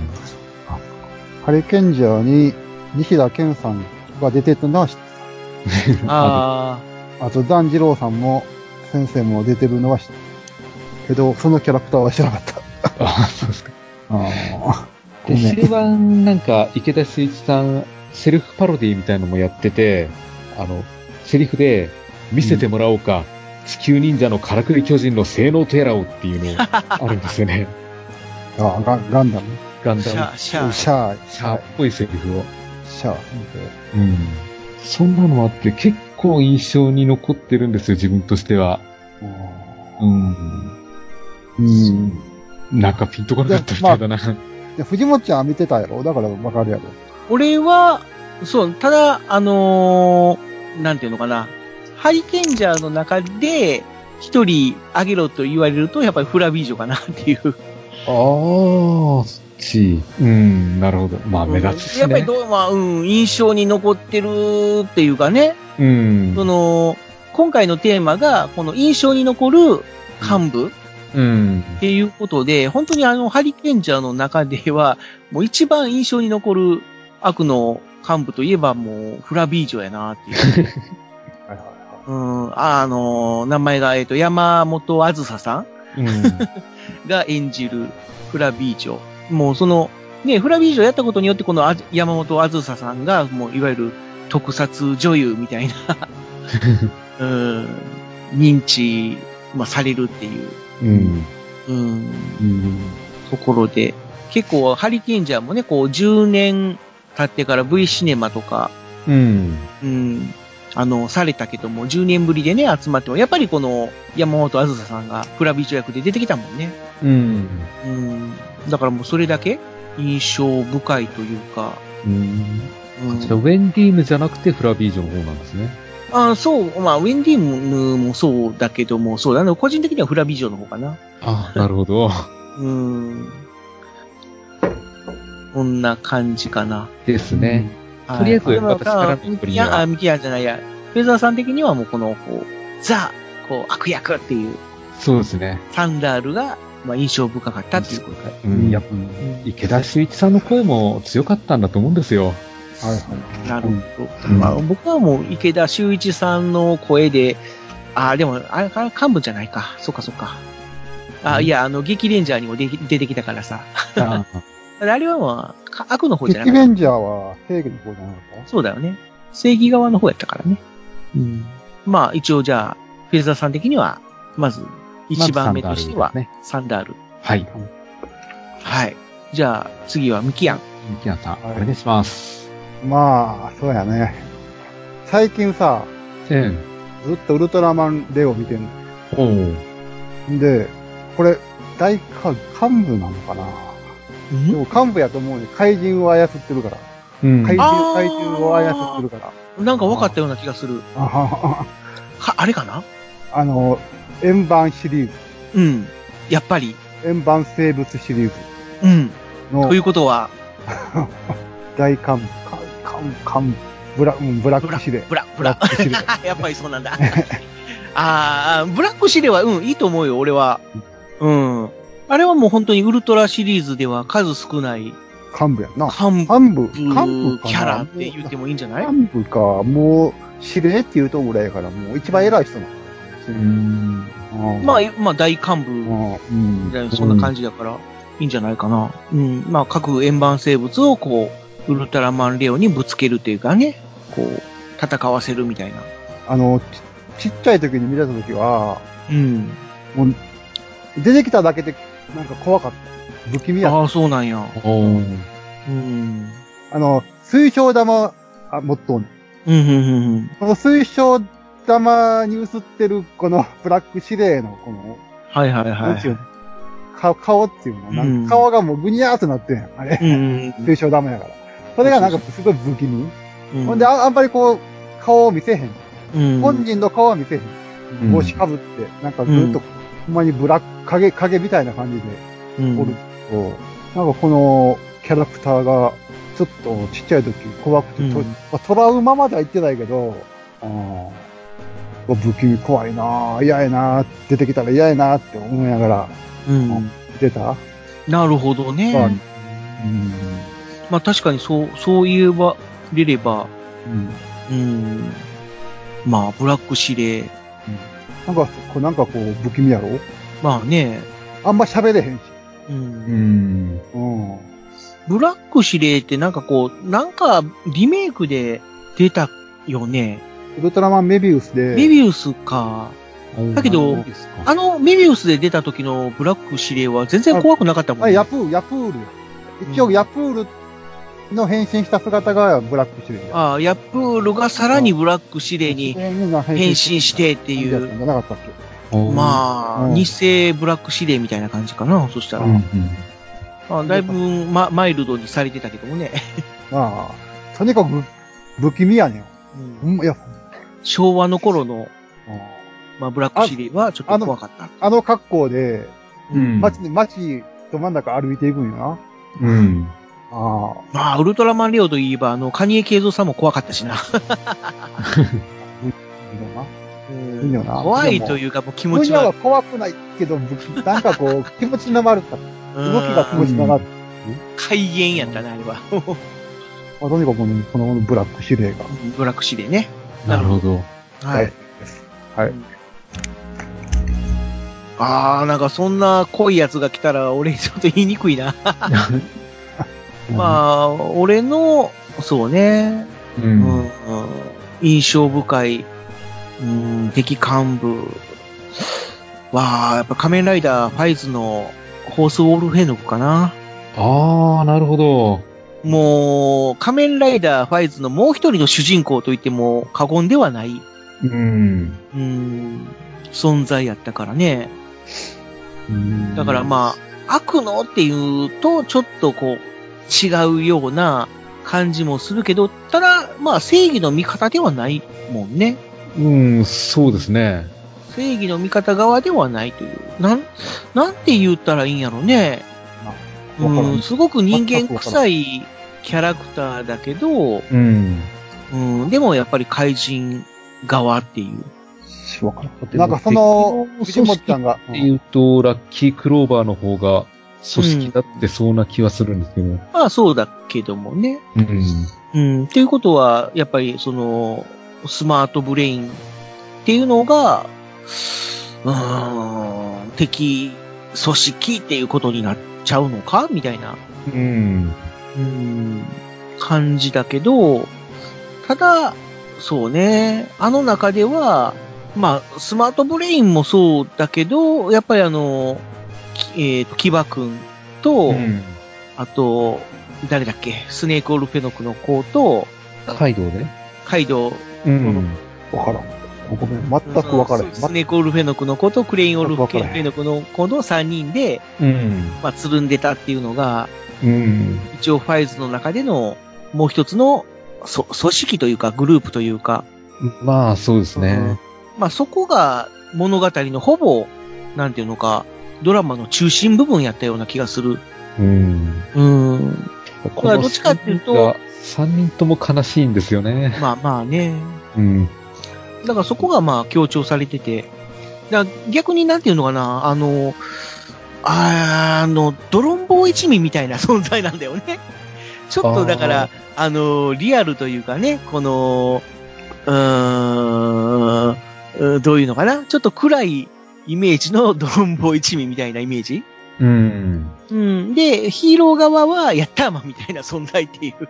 Speaker 8: ーハリケンジャーに西田健さんが出てたのは知って
Speaker 9: あ
Speaker 8: た。あと、段次郎さんも、先生も出てるのは知ってたけど、そのキャラクターは知らなかった。
Speaker 7: あ、そうですか。
Speaker 8: ああ。ご
Speaker 7: で、
Speaker 8: めん。
Speaker 7: 終盤なんか、池田修一さん、セルフパロディみたいのもやってて、あの、セリフで、見せてもらおうか、地球忍者のからくり巨人の性能とやらをっていうのあるんですよ ね。
Speaker 8: ああガンガンダム。
Speaker 7: ガン
Speaker 9: シャ
Speaker 7: ダム
Speaker 9: ー、シャー。
Speaker 8: シャー、
Speaker 7: シャーっぽいセリフを。
Speaker 8: シャー。
Speaker 7: うん。そんなのもあって、結構印象に残ってるんですよ、自分としては。うん。
Speaker 8: うん。
Speaker 7: なんかピンとこなかったみたいだな。
Speaker 8: で藤本ちゃんは見てたやろだからわかるやろ。
Speaker 9: 俺は、そう、ただ、あのーなんていうのかな。ハリケンジャーの中で、一人あげろと言われると、やっぱりフラビージョかなっていう。
Speaker 7: ああ、そっち。うん、なるほど。まあ、目立つしね。
Speaker 9: やっぱりどう、まあ、うん、印象に残ってるっていうかね。
Speaker 7: うん。
Speaker 9: その、今回のテーマが、この印象に残る幹部っ
Speaker 7: うん。
Speaker 9: ていうことで、本当にあの、ハリケンジャーの中では、もう一番印象に残る悪の幹部といえば、もう、フラビージョやなっていう。うん、あの、名前が、えっと、山本あずささん
Speaker 7: うん。
Speaker 9: が演じるフラビージョ。もうその、ね、フラビージョやったことによって、このあず山本あずささんが、もういわゆる特撮女優みたいな、うん、認知、まあ、されるっていう、
Speaker 7: うん。
Speaker 9: うん、ところで、結構、ハリケンジャーもね、こう、10年経ってから V シネマとか、
Speaker 7: うん。
Speaker 9: うん、あの、されたけども、10年ぶりでね、集まっても、やっぱりこの、山本あずささんが、フラビージョ役で出てきたもんね。
Speaker 7: うん。
Speaker 9: うん、だからもうそれだけ印象深いというか、
Speaker 7: うん。
Speaker 9: うん
Speaker 7: じゃあ、ウェンディームじゃなくてフラビージョの方なんですね。
Speaker 9: あそう、まあ、ウェンディムもそうだけども、そうだね、個人的にはフラビジョの方かな。
Speaker 7: ああ、なるほど。
Speaker 9: うん。こんな感じかな。
Speaker 7: ですね。
Speaker 9: はい
Speaker 7: とりあえず
Speaker 9: でも
Speaker 7: 私からの
Speaker 9: ミ
Speaker 7: 取り
Speaker 9: キ
Speaker 7: には
Speaker 9: ヤ、あ、ミキヤじゃないや、フェザーさん的にはもうこの、こう、ザ、こう、悪役っていう、
Speaker 7: そうですね。
Speaker 9: サンダールが、まあ、印象深かったっていうことで。
Speaker 7: うん。やっぱ、
Speaker 9: うん
Speaker 7: 池田修一さんの声も強かったんだと思うんです よ。
Speaker 8: はいは
Speaker 9: なるほど。まあ、僕はもう池田修一さんの声で、ああ、でも、あれか、幹部じゃないか。そっかそっか。あいや、あの、劇レンジャーにも出て出てきたからさ。
Speaker 7: あ
Speaker 9: あれはまあ、か悪の方
Speaker 8: い。
Speaker 9: じゃ
Speaker 8: 敵
Speaker 9: なか
Speaker 8: レ
Speaker 9: っ
Speaker 8: ンジャーは正義の方じゃなかった
Speaker 9: た。そうだよね。正義側の方やったからね。うん。まあ、一応じゃあ、フェザーさん的には、まず、一番目としては、
Speaker 7: まず
Speaker 9: サンダール。
Speaker 7: はい。
Speaker 9: はい。じゃあ、次はミキアン。
Speaker 7: ミキアさん、お願いします。
Speaker 8: まあ、そうやね。最近さ、
Speaker 7: え
Speaker 8: ずっとウルトラマンレオ見てん
Speaker 7: え。おう。
Speaker 8: ので、これ、大幹幹部なのかなでも幹部やと思うね。怪人を操ってるから。
Speaker 7: うん。
Speaker 8: 怪
Speaker 9: あー
Speaker 8: 獣、怪獣を操ってるから。
Speaker 9: なんか分かったような気がする。
Speaker 8: あはは
Speaker 9: は、あれかな
Speaker 8: あの、円盤シリーズ、
Speaker 9: うん。やっぱり。
Speaker 8: 円盤生物シリーズ
Speaker 9: うん。
Speaker 8: の
Speaker 9: ということは、
Speaker 8: 大幹部、幹幹幹部、ブラうんブラックシレ。
Speaker 9: ブラ、ブラ
Speaker 8: ブラックシレ。
Speaker 9: やっぱりそう なんだ。ああ、ブラックシレは、うん、いいと思うよ、俺は。うん。あれはもう本当にウルトラシリーズでは数少ない
Speaker 8: 幹部やんな。
Speaker 9: 幹
Speaker 8: 部。幹
Speaker 9: ブ
Speaker 8: 部
Speaker 9: ー
Speaker 8: かな
Speaker 9: キャラって言ってもいいんじゃない
Speaker 8: 幹部か、もう、知れねって言うとぐらいやから、もう一番偉い人なの。
Speaker 3: うん。
Speaker 9: まあ、まあ、大幹部みたいな、そんな感じだから、いいんじゃないかな。うん。まあ、各円盤生物を、こう、ウルトラマンレオにぶつけるというかね、こう、戦わせるみたいな。
Speaker 8: あの、ちちっちゃい時に見れた時は、
Speaker 9: うん。
Speaker 8: もう、出てきただけで、なんか怖かった。不気味やった。
Speaker 9: ああ、そうなんや。
Speaker 8: うん。あの、水晶玉、あ、持っとんねん。
Speaker 9: うん、うん、うんうん。
Speaker 8: この水晶玉に映ってる、この ブラック指令の、この、
Speaker 9: はいはい
Speaker 8: な
Speaker 9: は
Speaker 8: んていうの
Speaker 9: い。
Speaker 8: 顔顔っていうの、な
Speaker 9: うんん
Speaker 8: か顔がもうぐにゃーっとなってんやん、あれ。
Speaker 9: うん。
Speaker 8: 水晶玉やから。それがなんかすごい不気味。
Speaker 9: うん
Speaker 8: ほんであ、あんまりこう、顔を見せへん。
Speaker 9: うん。
Speaker 8: 本人の顔は見せへん。
Speaker 9: うん
Speaker 8: 帽子かぶって、なんかずっと、ほんまにブラック、影、影みたいな感じで
Speaker 9: うん
Speaker 8: おるけど、なんかこのキャラクターが、ちょっとちっちゃい時怖くて、と
Speaker 9: うん
Speaker 8: まあトラウマまでは言ってないけど、うん不気味怖いなぁ、嫌やなぁ、出てきたら嫌やなぁって思いながら、
Speaker 9: うん。
Speaker 8: 出た、
Speaker 9: なるほどね。
Speaker 8: まあ
Speaker 9: まあ確かにそう、そう言えば、出れば、うん。まあ、ブラック指令。
Speaker 8: なんか、こうなんかこう、不気味やろ
Speaker 9: まあね。
Speaker 8: あんま喋れへんし。
Speaker 9: うん。
Speaker 3: うん。
Speaker 8: うん。
Speaker 9: ブラック指令ってなんかこう、なんかリメイクで出たよね。
Speaker 8: ウルトラマンメビウスで。
Speaker 9: メビウスか。だけど、あのメビウスで出た時のブラック指令は全然怖くなかったもん
Speaker 8: あ
Speaker 9: ね。
Speaker 8: ヤプール、ヤプールや。一応、ヤプールの変身した姿がブラックシルや。
Speaker 9: ああ、ヤプールがさらにブラック指令に変身してってい
Speaker 8: じ
Speaker 9: う、
Speaker 8: ゃなかったっ
Speaker 9: まあ、
Speaker 8: うん
Speaker 9: 偽ブラック指令みたいな感じかな、そしたら。まあ、だいぶ、ま、マイルドにされてたけどもね。
Speaker 8: けまあ、とにかく不不気味やねん。うん、いや、
Speaker 9: 昭和の頃の、まあ、ブラック指令はちょっと怖かった。
Speaker 8: あの格好で、
Speaker 3: うん
Speaker 8: 街に、街、ど真ん中歩いていくんやな。
Speaker 3: うん。
Speaker 8: あ
Speaker 9: まあ、ウルトラマンレオといえば、あの、カニエ慶三さんも怖かったしな。
Speaker 8: いいよな。
Speaker 9: 怖いというか、もう気持ち
Speaker 8: 分野は
Speaker 9: は。
Speaker 8: 怖くないけど、不気なんかこう、気持ちの悪さ。
Speaker 9: うん
Speaker 8: 動きが気持ちの悪さ。
Speaker 9: 怪言やったな、あれは。
Speaker 8: まあとにかくこの、このブラック指令が。
Speaker 9: ブラック指令ね。
Speaker 7: なるほど。
Speaker 9: はい。
Speaker 8: はい。
Speaker 9: ああ、なんかそんな濃いやつが来たら、俺ちょっと言いにくいな。 まあ、俺の、そうね、
Speaker 7: うん。
Speaker 9: うん印象深い、うん、敵幹部は、やっぱ仮面ライダーファイズのホースウォールフェノクかな。
Speaker 7: ああ、なるほど。
Speaker 9: もう、仮面ライダーファイズのもう一人の主人公と言っても過言ではない、
Speaker 7: うん。
Speaker 9: うん、存在やったからね。
Speaker 7: うん
Speaker 9: だからまあ、悪のっていうと、ちょっとこう、違うような感じもするけど、ただ、まあ、正義の味方ではないもんね。
Speaker 7: うん、そうですね。
Speaker 9: 正義の味方側ではないという。なん、なんて言ったらいいんやろね。
Speaker 8: あわからん
Speaker 9: うん、すごく人間臭いキャラクターだけど、
Speaker 7: うん。
Speaker 9: うん、でもやっぱり怪人側っていう。
Speaker 7: わかった
Speaker 8: なんかその、藤本ちゃんが、
Speaker 7: っていうと、ラッキークローバーの方が組織だってそうな気はするんですけど。
Speaker 9: まあそうだけどもね。
Speaker 7: うん。
Speaker 9: うん、っていうことは、やっぱりその、スマートブレインっていうのが、うーん、敵組織っていうことになっちゃうのかみたいな、
Speaker 7: うん。
Speaker 9: うん、感じだけど、ただ、そうね、あの中では、まあ、スマートブレインもそうだけど、やっぱりあの、きえっ、と、キバ君と、
Speaker 7: うん。
Speaker 9: あと、誰だっけ、スネークオールフェノクの子と、
Speaker 7: カイドウで
Speaker 9: カイドウ、
Speaker 7: うん。
Speaker 8: わからん。ごめん、全くわからへん。
Speaker 9: スネークオールフェノクの子とクレインオールフ
Speaker 8: わからへん
Speaker 9: ェノクの子の3人で、
Speaker 7: うん。
Speaker 9: まあ、つるんでたっていうのが、
Speaker 7: うん。
Speaker 9: 一応ファイズの中での、もう一つの、そ、組織というか、グループというか、
Speaker 7: まあ、そうですね。
Speaker 9: まあ、そこが物語のほぼ、なんていうのか、ドラマの中心部分やったような気がする。
Speaker 7: うん。
Speaker 9: うん。
Speaker 7: こ
Speaker 9: まあどっちかっていうと、
Speaker 7: 3人とも悲しいんですよね。
Speaker 9: まあまあね。
Speaker 7: うん。
Speaker 9: だからそこがまあ強調されてて、だから逆になんていうのかな、あの、あの、ドロンボー一味みたいな存在なんだよね。 ちょっとだから、あのーリアルというかね、この、うーんうん、どういうのかなちょっと暗いイメージのドロンボ一味みたいなイメージ
Speaker 3: うん。
Speaker 9: うん。で、ヒーロー側は、やったーマンみたいな存在っていう。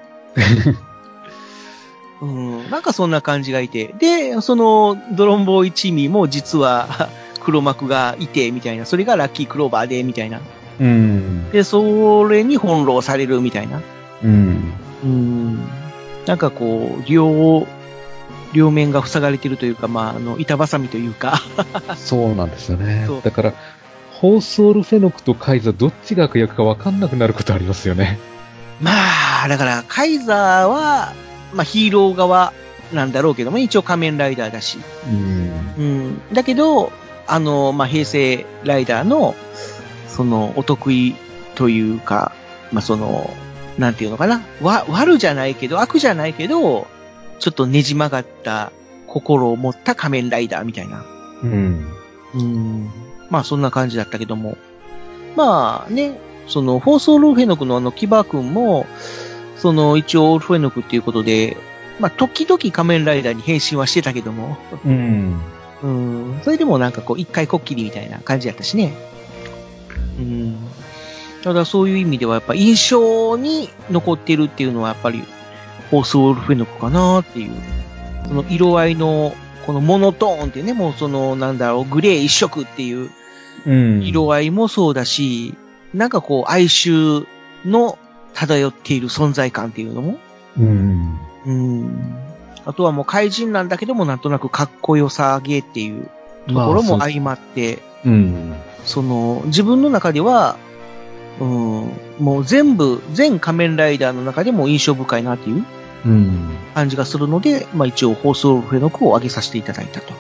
Speaker 9: うん。なんかそんな感じがいて。で、その、ドロンボー一味も実は、 黒幕がいて、みたいな。それがラッキークローバーで、みたいな。
Speaker 3: うん。
Speaker 9: で、それに翻弄される、みたいな。
Speaker 3: うん。
Speaker 9: うん。なんかこう、両、両面が塞がれてるというか、まあ、あの、板挟みというか。
Speaker 7: そうなんですよね
Speaker 9: そう。
Speaker 7: だから、ホースオルフェノクとカイザーどっちが悪役か分かんなくなることありますよね。
Speaker 9: まあ、だから、カイザーは、まあ、ヒーロー側なんだろうけども、一応仮面ライダーだし。
Speaker 7: うん。
Speaker 9: うん。だけど、あの、まあ、平成ライダーの、その、お得意というか、まあ、その、なんていうのかな。わ、悪じゃないけど、悪じゃないけど、ちょっとねじ曲がった心を持った仮面ライダーみたいな。
Speaker 3: うん。
Speaker 9: うん。まあ、そんな感じだったけども。まあ、ね、その、放送ルーフェノクのあの、キバー君も、その、一応、オルフェノクっていうことで、まあ、時々仮面ライダーに変身はしてたけども。
Speaker 3: うん。
Speaker 9: うん。それでもなんかこう、一回こっきりみたいな感じだったしね。うん。ただそういう意味ではやっぱ印象に残ってるっていうのはやっぱり、ホースウォルフェノクかなっていう。その色合いの、このモノトーンっていうね、もうその、なんだろう、グレー一色っていう
Speaker 3: うん。
Speaker 9: 色合いもそうだし、なんかこう、哀愁の漂っている存在感っていうのも、
Speaker 3: うん。
Speaker 9: うん。あとはもう怪人なんだけども、なんとなくかっこよさげっていうところも
Speaker 7: まあそう
Speaker 9: 相まって、
Speaker 3: うん。
Speaker 9: その、自分の中では、うん、もう全部、全仮面ライダーの中でも印象深いなっていう
Speaker 3: うん。
Speaker 9: 感じがするので、まあ一応放送フェノクを上げさせていただいたと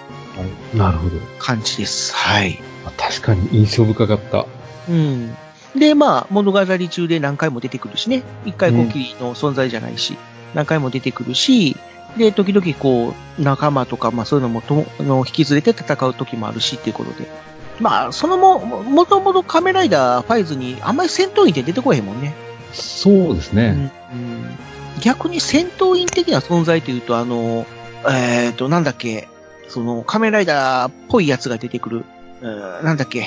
Speaker 7: なるほど。
Speaker 9: 感じです。はい。
Speaker 7: あ確かに印象深かった。
Speaker 9: うん。で、まあ物語中で何回も出てくるしね、一回こっきりの存在じゃないし、何回も出てくるし、で、時々こう、仲間とか、まあそういうのもと、あの引きずれて戦う時もあるしっていうことで。まあ、そのも、もともと仮面ライダーファイズにあんまり戦闘員って出てこへんもんね。
Speaker 7: そうですね。
Speaker 9: うん逆に戦闘員的な存在というと、あの、えっ、と、なんだっけ、その、仮面ライダーっぽいやつが出てくる、えーなんだっけ、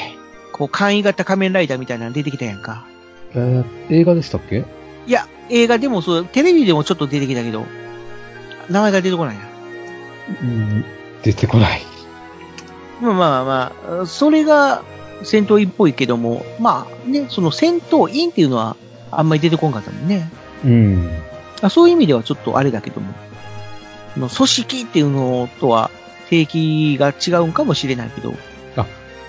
Speaker 9: こう、簡易型仮面ライダーみたいなの出てきたやんか。
Speaker 7: えー映画でしたっけ
Speaker 9: いや、映画でもそう、テレビでもちょっと出てきたけど、名前が出てこないな。
Speaker 7: うん。出てこない。
Speaker 9: まあまあまあ、それが戦闘員っぽいけども、まあね、その戦闘員っていうのはあんまり出てこんかったもんね。
Speaker 3: うん。
Speaker 9: あそういう意味ではちょっとあれだけども、あの組織っていうのとは定義が違うんかもしれないけど、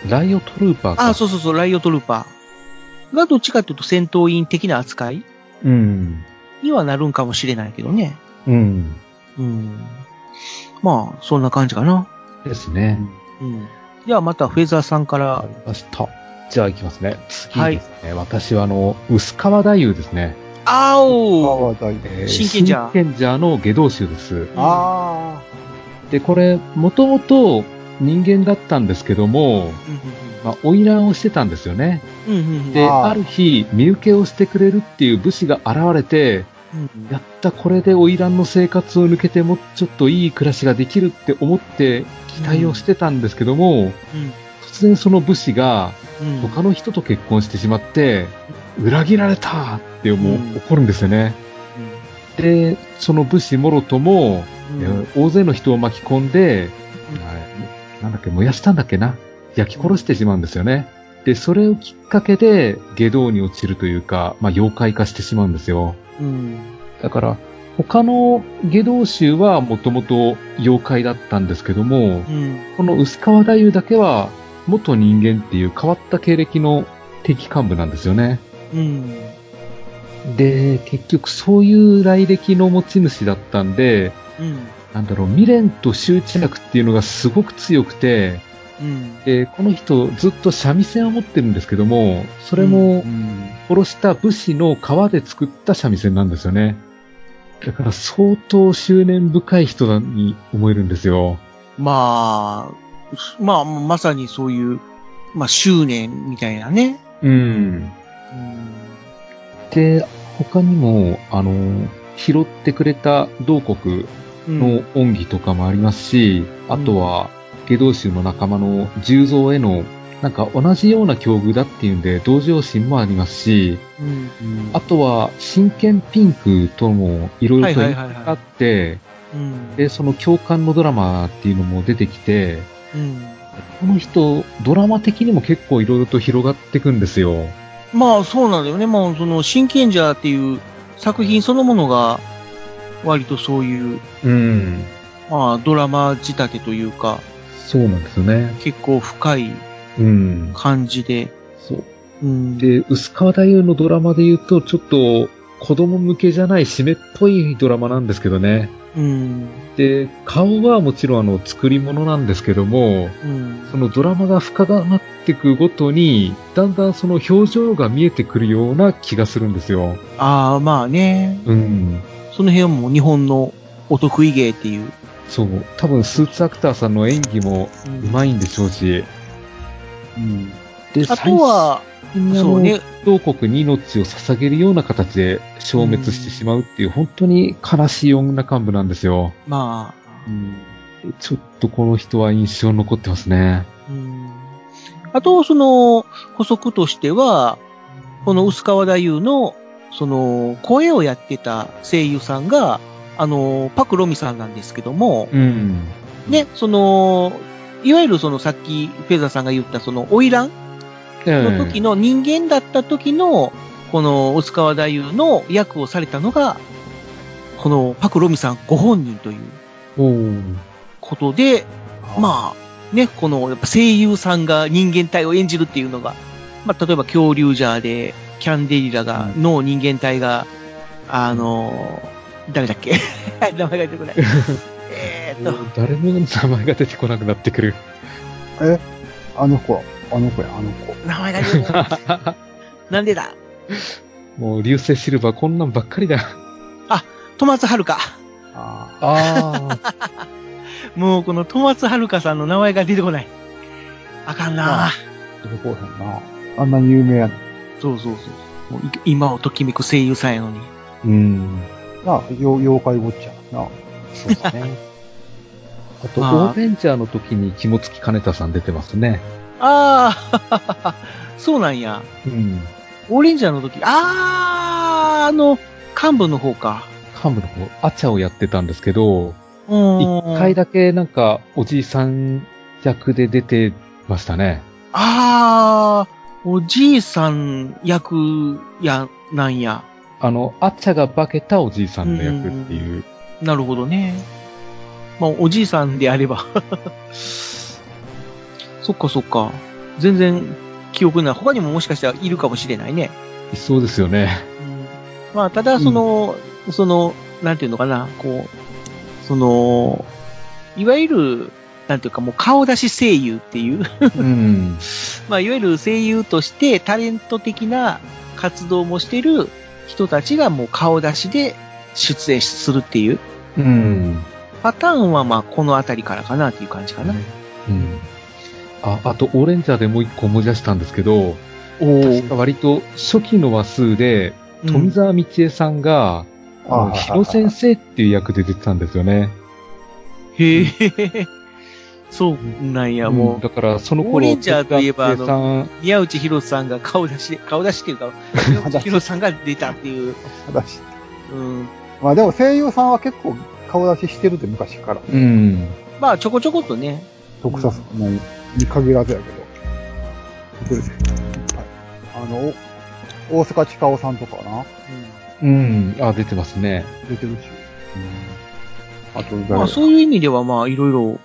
Speaker 7: ライオトルーパーか。
Speaker 9: あ、そうそうそう、ライオトルーパーがどっちかっていうと戦闘員的な扱い
Speaker 3: うん。
Speaker 9: にはなるんかもしれないけどね。
Speaker 3: うん。
Speaker 9: うん。まあ、そんな感じかな。
Speaker 7: ですね。
Speaker 9: うん。ではまたフェザーさんから、
Speaker 7: 明日。じゃあ行きますね。次
Speaker 9: はい
Speaker 7: ですね。私はあの、薄川太夫ですね。
Speaker 9: あお
Speaker 8: 川大
Speaker 7: えー
Speaker 9: 真剣ジャー
Speaker 7: 真剣ジャーの下道集です。
Speaker 8: あ
Speaker 7: で、これ、もともと人間だったんですけども、まあ、花魁をしてたんですよね。
Speaker 9: うんうんうん。
Speaker 7: で、
Speaker 8: あー
Speaker 7: ある日、身請けをしてくれるっていう武士が現れて、
Speaker 9: うん
Speaker 7: やった、これで花魁の生活を抜けても、ちょっといい暮らしができるって思って、期待をしてたんですけども、突然その武士が、
Speaker 9: うん
Speaker 7: 他の人と結婚してしまって、裏切られたっても
Speaker 9: うん
Speaker 7: う怒るんですよね。で、その武士もろとも、
Speaker 9: うん
Speaker 7: えー大勢の人を巻き込んで、
Speaker 9: うん
Speaker 7: はいなんだっけ、燃やしたんだっけな。焼き殺してしまうんですよね。で、それをきっかけで、下道に落ちるというか、まあ、妖怪化してしまうんですよ。
Speaker 9: うん。
Speaker 7: だから、他の下道衆はもともと妖怪だったんですけども、
Speaker 9: うん。
Speaker 7: この薄川太夫だけは、元人間っていう変わった経歴の敵幹部なんですよね。
Speaker 9: うん。
Speaker 7: で、結局そういう来歴の持ち主だったんで、
Speaker 9: うん。
Speaker 7: なんだろう、未練と執着っていうのがすごく強くて、
Speaker 9: うん。
Speaker 7: で、この人ずっと三味線を持ってるんですけども、それも殺した武士の皮で作った三味線なんですよね。だから相当執念深い人だに思えるんですよ。
Speaker 9: まあ、まあ、まさにそういう、まあ、執念みたいなね。
Speaker 3: うん。
Speaker 9: うん。
Speaker 7: で、他にも、あの、拾ってくれた同国の恩義とかもありますし、あとは、下道衆の仲間の重蔵への、なんか同じような境遇だっていうんで、同情心もありますし、
Speaker 9: うん。
Speaker 7: あとは、真剣ピンクともいろいろと
Speaker 9: はいはいはいはい
Speaker 7: あって、
Speaker 9: うん。
Speaker 7: で、その共感のドラマっていうのも出てきて、
Speaker 9: うん。
Speaker 7: この人、ドラマ的にも結構いろいろと広がっていくんですよ。
Speaker 9: まあそうなんだよね。もうその、真剣者っていう作品そのものが、割とそういう、
Speaker 7: うん。
Speaker 9: まあドラマ仕立てというか、
Speaker 7: そうなんですよね。
Speaker 9: 結構深い
Speaker 7: うん。
Speaker 9: 感じで、
Speaker 7: そう。
Speaker 9: うん。
Speaker 7: で、薄川太夫のドラマで言うと、ちょっと子供向けじゃない湿っぽいドラマなんですけどね。
Speaker 9: うん。
Speaker 7: で、顔はもちろんあの作り物なんですけども、
Speaker 9: うん。
Speaker 7: そのドラマが深まっていくごとに、だんだんその表情が見えてくるような気がするんですよ。
Speaker 9: ああ、まあね。
Speaker 7: うん。
Speaker 9: その辺はもう日本のお得意芸っていう。
Speaker 7: そう。多分スーツアクターさんの演技も
Speaker 9: う
Speaker 7: うまいんでしょうし。
Speaker 3: うん。
Speaker 7: で、
Speaker 9: あとは、
Speaker 7: 最近あの
Speaker 9: そうね
Speaker 7: 同国に命を捧げるような形で消滅してしまうっていう、本当に悲しい女幹部なんですよ。
Speaker 9: ま
Speaker 7: ちょっとこの人は印象に残ってますね。
Speaker 9: あ、うん。あと、その、補足としては、この薄川太夫の、その、声をやってた声優さんが、あの、パクロミさんなんですけども、
Speaker 7: うん。
Speaker 9: ね、その、いわゆるそのさっきフェザーさんが言ったその、花魁の時の人間だった時の、この薄川太夫の役をされたのが、このパクロミさんご本人という
Speaker 7: おー
Speaker 9: ことで、まあ、ね、このやっぱ声優さんが人間体を演じるっていうのが、まあ、例えば恐竜ジャーで、キャンデリラが、の人間体が、あのー、誰だっけ 名前が出てこない。えーっと、
Speaker 7: 誰も名前が出てこなくなってくる。
Speaker 8: えあの子、あの子や、あの子。
Speaker 9: 名前が出てこない。なんでだ
Speaker 7: もう、流星シルバーこんなんばっかりだ。
Speaker 9: トマツハルカ。
Speaker 8: あ
Speaker 7: ああ。
Speaker 9: もうこのトマツハルカさんの名前が出てこない。あかんなぁ。
Speaker 8: あ、出てこうへんな。あんなに有名やのに
Speaker 9: そうそうそう。もうい今をときめく声優さんやのに。
Speaker 7: うん。
Speaker 8: なあ、よ妖怪ウォッチャーな。
Speaker 7: そうです ね。あと、
Speaker 9: まあ
Speaker 7: オーベンジャーの時に肝付き金田さん出てますね。
Speaker 9: あー、 そうなんや。
Speaker 7: うん。
Speaker 9: オーレンジャーの時、あー、あの、幹部の方か。
Speaker 7: 幹部の方、アチャをやってたんですけど、
Speaker 9: うーん
Speaker 7: 一回だけなんか、おじいさん役で出てましたね。
Speaker 9: あー、おじいさん役や、なんや。
Speaker 7: あの、アチャが化けたおじいさんの役っていう。
Speaker 9: なるほどね。まあ、おじいさんであれば。 そっかそっか。全然記憶ない。他にももしかしたらいるかもしれないね。
Speaker 7: いそうですよね。
Speaker 9: まあ、ただ、その、その、なんていうのかな、こう、その、いわゆる、なんていうかもう顔出し声優っていう、
Speaker 7: うん。
Speaker 9: まあ、いわゆる声優としてタレント的な活動もしてる人たちがもう顔出しで出演するっていう
Speaker 7: うん。
Speaker 9: パターンはまあこのあたりからかなっていう感じかな。
Speaker 7: うん。あ、あと、オーレンジャーでもう一個思い出したんですけど、
Speaker 9: おお
Speaker 7: 確か割と初期の話数で、富澤道恵さんが、あの、ヒロ先生っていう役で出てたんですよね。
Speaker 9: へえ、そうなんや、も
Speaker 7: うん
Speaker 9: う。
Speaker 7: だから、その頃、
Speaker 9: オーレンジャーといえば
Speaker 7: 富澤道恵さん
Speaker 9: 宮内博さんが顔出しで、顔出しっていうか、宮内博さんが出たっていう。
Speaker 8: 顔出し。
Speaker 9: うん、
Speaker 8: まあ でも声優さんは結構顔出ししてるって昔から。
Speaker 7: うん。
Speaker 9: まあちょこちょこっとね。
Speaker 8: 特撮のに限らずやけど。出てるいっぱいあの、お大阪近尾さんとかな、
Speaker 7: うん。あ、出てますね。
Speaker 8: 出てるし。あと誰や、
Speaker 9: まあそういう意味ではまあいろいろ。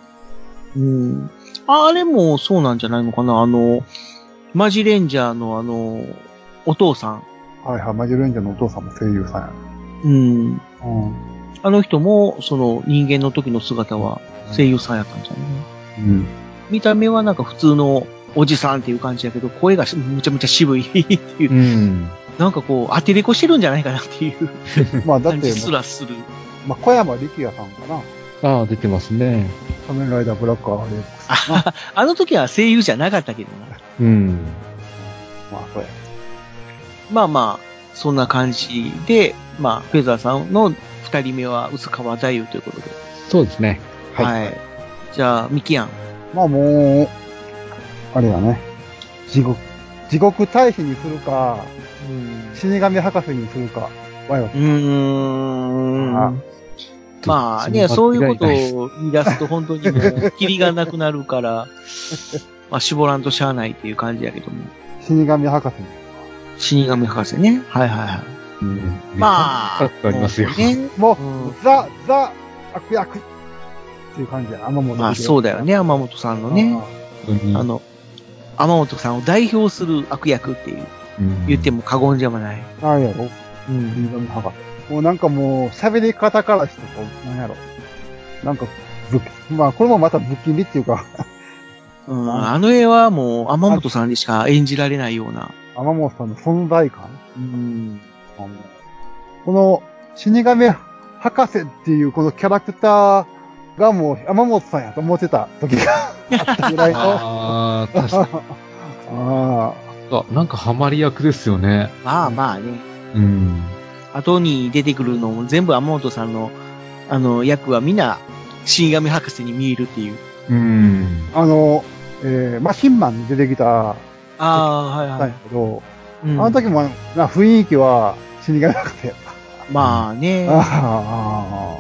Speaker 9: うん。あれもそうなんじゃないのかな。あの、マジレンジャーのあの、お父さん。
Speaker 8: はいはい、マジレンジャーのお父さんも声優さんやね。
Speaker 9: うん。
Speaker 8: うん。
Speaker 9: あの人も、その人間の時の姿は声優さんやったんじゃない、
Speaker 8: うん。
Speaker 9: 見た目はなんか普通のおじさんっていう感じやけど、声がしむちゃむちゃ渋い っていう。
Speaker 7: うん。
Speaker 9: なんかこう、当てれこしてるんじゃないかなっていう
Speaker 8: まあだっ
Speaker 9: 感
Speaker 8: て
Speaker 9: じ、すらする。
Speaker 8: まあ小山力也さんかな。
Speaker 7: ああ、出てますね。
Speaker 8: 仮面ライダーブラックアレックス。
Speaker 9: ああの時は声優じゃなかったけどな。
Speaker 7: うん。
Speaker 8: まあそうや。
Speaker 9: まあまあ、そんな感じで、まあ、フェザーさんの二人目は薄川太夫ということで。
Speaker 7: そうですね。
Speaker 9: はい。じゃあ、ミキアン。
Speaker 8: まあもう、あれだね。地獄、地獄大使にするか、死神博士にするか、わよ。
Speaker 9: うーん。まあね、
Speaker 8: そ
Speaker 9: そう
Speaker 8: の
Speaker 9: いう
Speaker 8: 間違
Speaker 9: こと
Speaker 8: いない
Speaker 9: を言い出すと本当にもう、キリがなくなるから、まあ、絞らんとしゃあないっていう感じやけども。
Speaker 8: 死神博士に。
Speaker 9: 死神博士ね。はいはいはい。まあ、
Speaker 7: ありますよ。
Speaker 8: もう、ザ、ザ、悪役っていう感じや。天本
Speaker 9: まあそうだよね、天本さんのね。あの、天本さんを代表する悪役っていう、言っても過言じゃない。
Speaker 8: あれやろ
Speaker 9: うん。
Speaker 8: 死神博士。もうなんかもう、喋り方からしてこう、なんやろ。なんか、ぶまあこれもまたぶっきりっていうか、
Speaker 9: うん、あの絵はもう、天本さんにしか演じられないような。
Speaker 8: 天本さんの存在感。
Speaker 9: うん。
Speaker 8: この、死神博士っていうこのキャラクターがもう、天本さんやと思ってた時が あったぐらいの。
Speaker 7: ああ、確か
Speaker 8: あ
Speaker 7: に。あなんかハマり役ですよね。
Speaker 9: まあまあね。
Speaker 7: うん。
Speaker 9: 後に出てくるのも全部天本さんの、あの、役はみんな、死神博士に見えるっていう。
Speaker 7: うん。
Speaker 8: あの、えー、マシンマンに出てきた、
Speaker 9: ああ、はいはい。
Speaker 8: だけど、
Speaker 9: うん
Speaker 8: あの時も、な雰囲気は死神博士やった。
Speaker 9: まあね。
Speaker 8: ああ、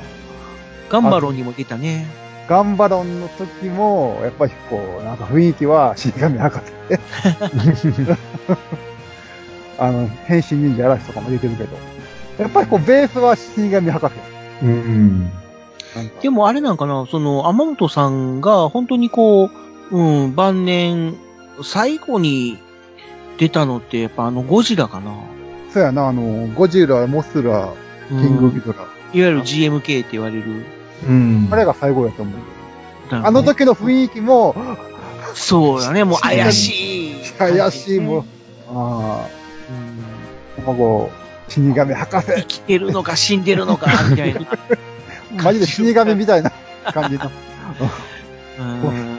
Speaker 9: ガンバロンにも出たね。
Speaker 8: ガンバロンの時も、やっぱりこう、なんか雰囲気は死神博士。あの、変身忍者嵐とかも出てるけど。やっぱりこう、ベースは死神博士。
Speaker 7: うん。
Speaker 9: でもあれなんかな、その、天本さんが本当にこう、うん、晩年、最後に出たのって、やっぱあのゴジラかな。
Speaker 8: そうやな、あの、ゴジラ、モスラ、キングギドラ。
Speaker 9: いわゆる GMK って言われる。
Speaker 7: うん。
Speaker 8: あれが最後やと思う。
Speaker 9: だ
Speaker 8: あの時の雰囲気も、
Speaker 9: そうだね、もう怪しい。
Speaker 8: 怪しいもん。ああ。なんかこう、死神博士。
Speaker 9: 生きてるのか死んでるのか、みたいな。
Speaker 8: マジで死神みたいな感じの。
Speaker 9: うん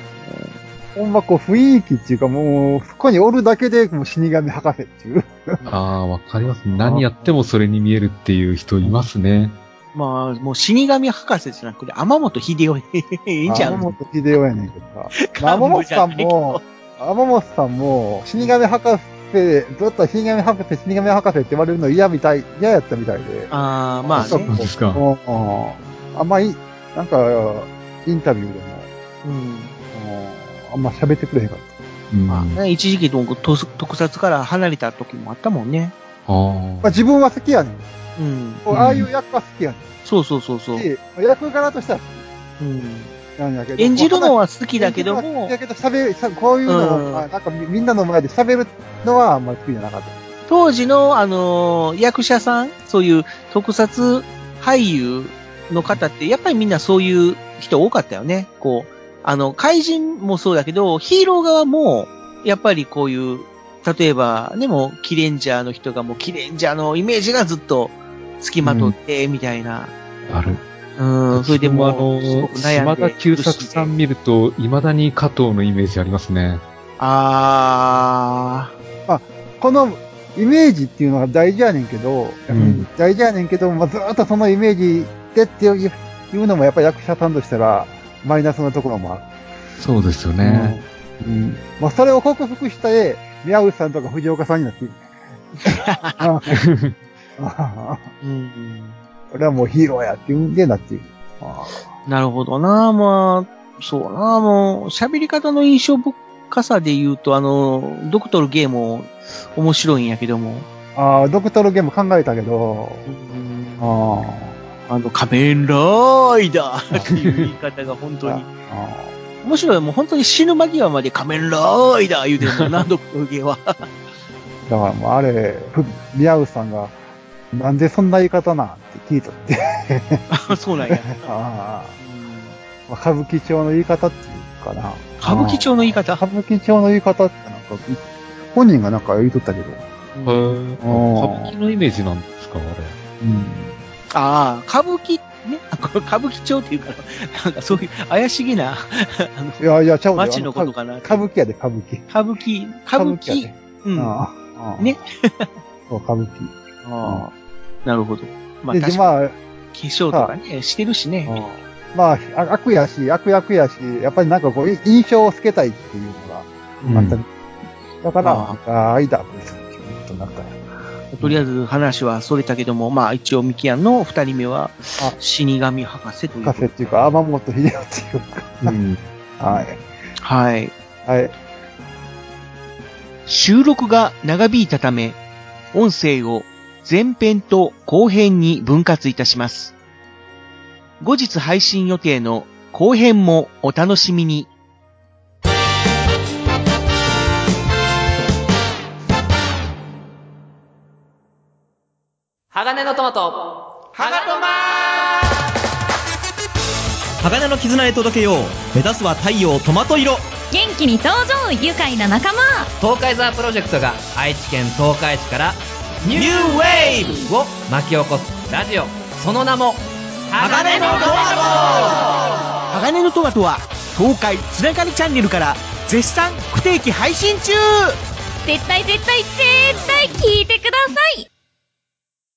Speaker 8: ほんまこう雰囲気っていうかもう、そこにおるだけでもう死神博士っていう。
Speaker 7: ああ、わかります。何やってもそれに見えるっていう人いますね。
Speaker 9: まあ、もう死神博士じゃなくて、天本秀夫でいいんじゃ
Speaker 8: 天
Speaker 9: ん。
Speaker 8: 本秀夫やねんけど さ。ま
Speaker 9: 幹部
Speaker 8: あ天本
Speaker 9: じゃな
Speaker 8: さ
Speaker 9: んいけど
Speaker 8: も、天本さんも、死神博士、ずっと死神博士、死神博士って言われるの嫌みたい、嫌やったみたい で。
Speaker 9: ああ、まあ
Speaker 8: そ
Speaker 9: ね
Speaker 8: う。
Speaker 7: ですか
Speaker 8: うんうんあんまり、なんか、インタビューでも、
Speaker 9: うん
Speaker 8: うんあんま喋ってくれへんかっ
Speaker 7: うん。
Speaker 9: ま
Speaker 7: あ
Speaker 9: あね、一時期と特特撮から離れた時もあったもんね。
Speaker 8: た。まあ
Speaker 7: あ。
Speaker 8: 自分は好きやねん。
Speaker 9: うん。
Speaker 8: ああいう役は好きやね
Speaker 9: そうそうそうそ
Speaker 8: ん
Speaker 9: う。
Speaker 8: し。役柄としては好
Speaker 9: うん。
Speaker 8: きなんやけど。
Speaker 9: 演じるのは好
Speaker 8: 好
Speaker 9: きだけども
Speaker 8: だ、けど、喋る、さこういうの
Speaker 9: うん
Speaker 8: を、あなんかみみんなの前で喋るのはあんまり好きじゃなかった。
Speaker 9: 当時の、あのー役者さん、そういう特撮俳優の方って、やっぱりみんなそういう人多かったよね。こう、あの、怪人もそうだけど、ヒーロー側も、やっぱりこういう、例えば、ね、もう、キレンジャーの人がもう、キレンジャーのイメージがずっと付きまとって、みたいな。
Speaker 7: ある。
Speaker 9: うん、それでもう
Speaker 7: あの
Speaker 9: すごく悩んで
Speaker 7: 島田久作さん見ると、未だに加藤のイメージありますね。
Speaker 9: あ
Speaker 8: このイメージっていうのが大事やねんけど、
Speaker 7: うん
Speaker 8: 大事やねんけど、まあ、ずーっとそのイメージでっていういうのもやっぱり役者さんとしたらマイナスなところもある。
Speaker 7: そうですよね。うん。
Speaker 8: まあ、それを克服した絵、宮内さんとか藤岡さんになってい る。ああ
Speaker 9: ー、うん。
Speaker 8: 俺はもうヒーローやっていうんでなっている。あ
Speaker 9: なるほどな、まあ、そうな、もう、喋り方の印象深さで言うと、あの、ドクトルゲーム面白いんやけども、
Speaker 8: ああ、ドクタルゲーム考えたけど、あ
Speaker 9: あの、仮面ライダーっていう言い方が本当に、
Speaker 8: あああ
Speaker 9: 面白い、もう本当に死ぬ間際まで仮面ライダー言うてるもん な、ドクトルゲーは。
Speaker 8: だからもうあれ、ふ宮内さんが、なんでそんな言い方なんって聞いとって。
Speaker 9: あ そうなんや。
Speaker 8: ああ
Speaker 9: うん
Speaker 8: まあ、歌舞伎町の言い方っていうかな。
Speaker 9: 歌舞伎町の言い方
Speaker 8: ああ歌舞伎町の言い方ってなんか、本人がなんか言いとったけど。
Speaker 7: へー歌
Speaker 8: あー
Speaker 7: 舞伎のイメージなんですか、あれ。
Speaker 8: うん。
Speaker 9: ああ、歌舞伎、ね、 あこれ歌舞伎町っていうから、なんかそういう怪しげな、あの
Speaker 8: いやいや、ちゃうで
Speaker 9: 街のことかな
Speaker 8: あの歌歌舞伎やで、歌舞伎。
Speaker 9: 歌舞伎、歌舞伎、
Speaker 8: やで。
Speaker 9: うん。
Speaker 8: ああああ
Speaker 9: ね。
Speaker 8: そう、歌舞伎。
Speaker 9: ああ、なるほど。まあ、
Speaker 8: で
Speaker 9: 確
Speaker 8: ま
Speaker 9: か
Speaker 8: あ、
Speaker 9: に化粧とかね、してるしね。
Speaker 8: まあ、あ悪やし、悪役やし、やっぱりなんかこう、い印象をつけたいっていうのが、あったりだから、なんか、間ということになったよ
Speaker 9: とりあえず話はそれたけども、まあ一応ミキアンの二人目は死神博士という。
Speaker 8: 博士っていうか、天本秀夫っていうか、はい。
Speaker 9: はい。
Speaker 8: はい。
Speaker 11: 収録が長引いたため、音声を前編と後編に分割いたします。後日配信予定の後編もお楽しみに。
Speaker 12: 鋼のトマト。鋼トマ
Speaker 13: 鋼の絆へ届けよう目指すは太陽トマト色
Speaker 14: 元気に登場愉快な仲間
Speaker 15: 東海ザープロジェクトが愛知県東海市からニューウェーブを巻き起こすラジオその名も鋼のトマ
Speaker 11: 鋼のトマトは、東海つながりチャンネルから絶賛不定期配信中
Speaker 14: 絶対絶対絶対聞いてください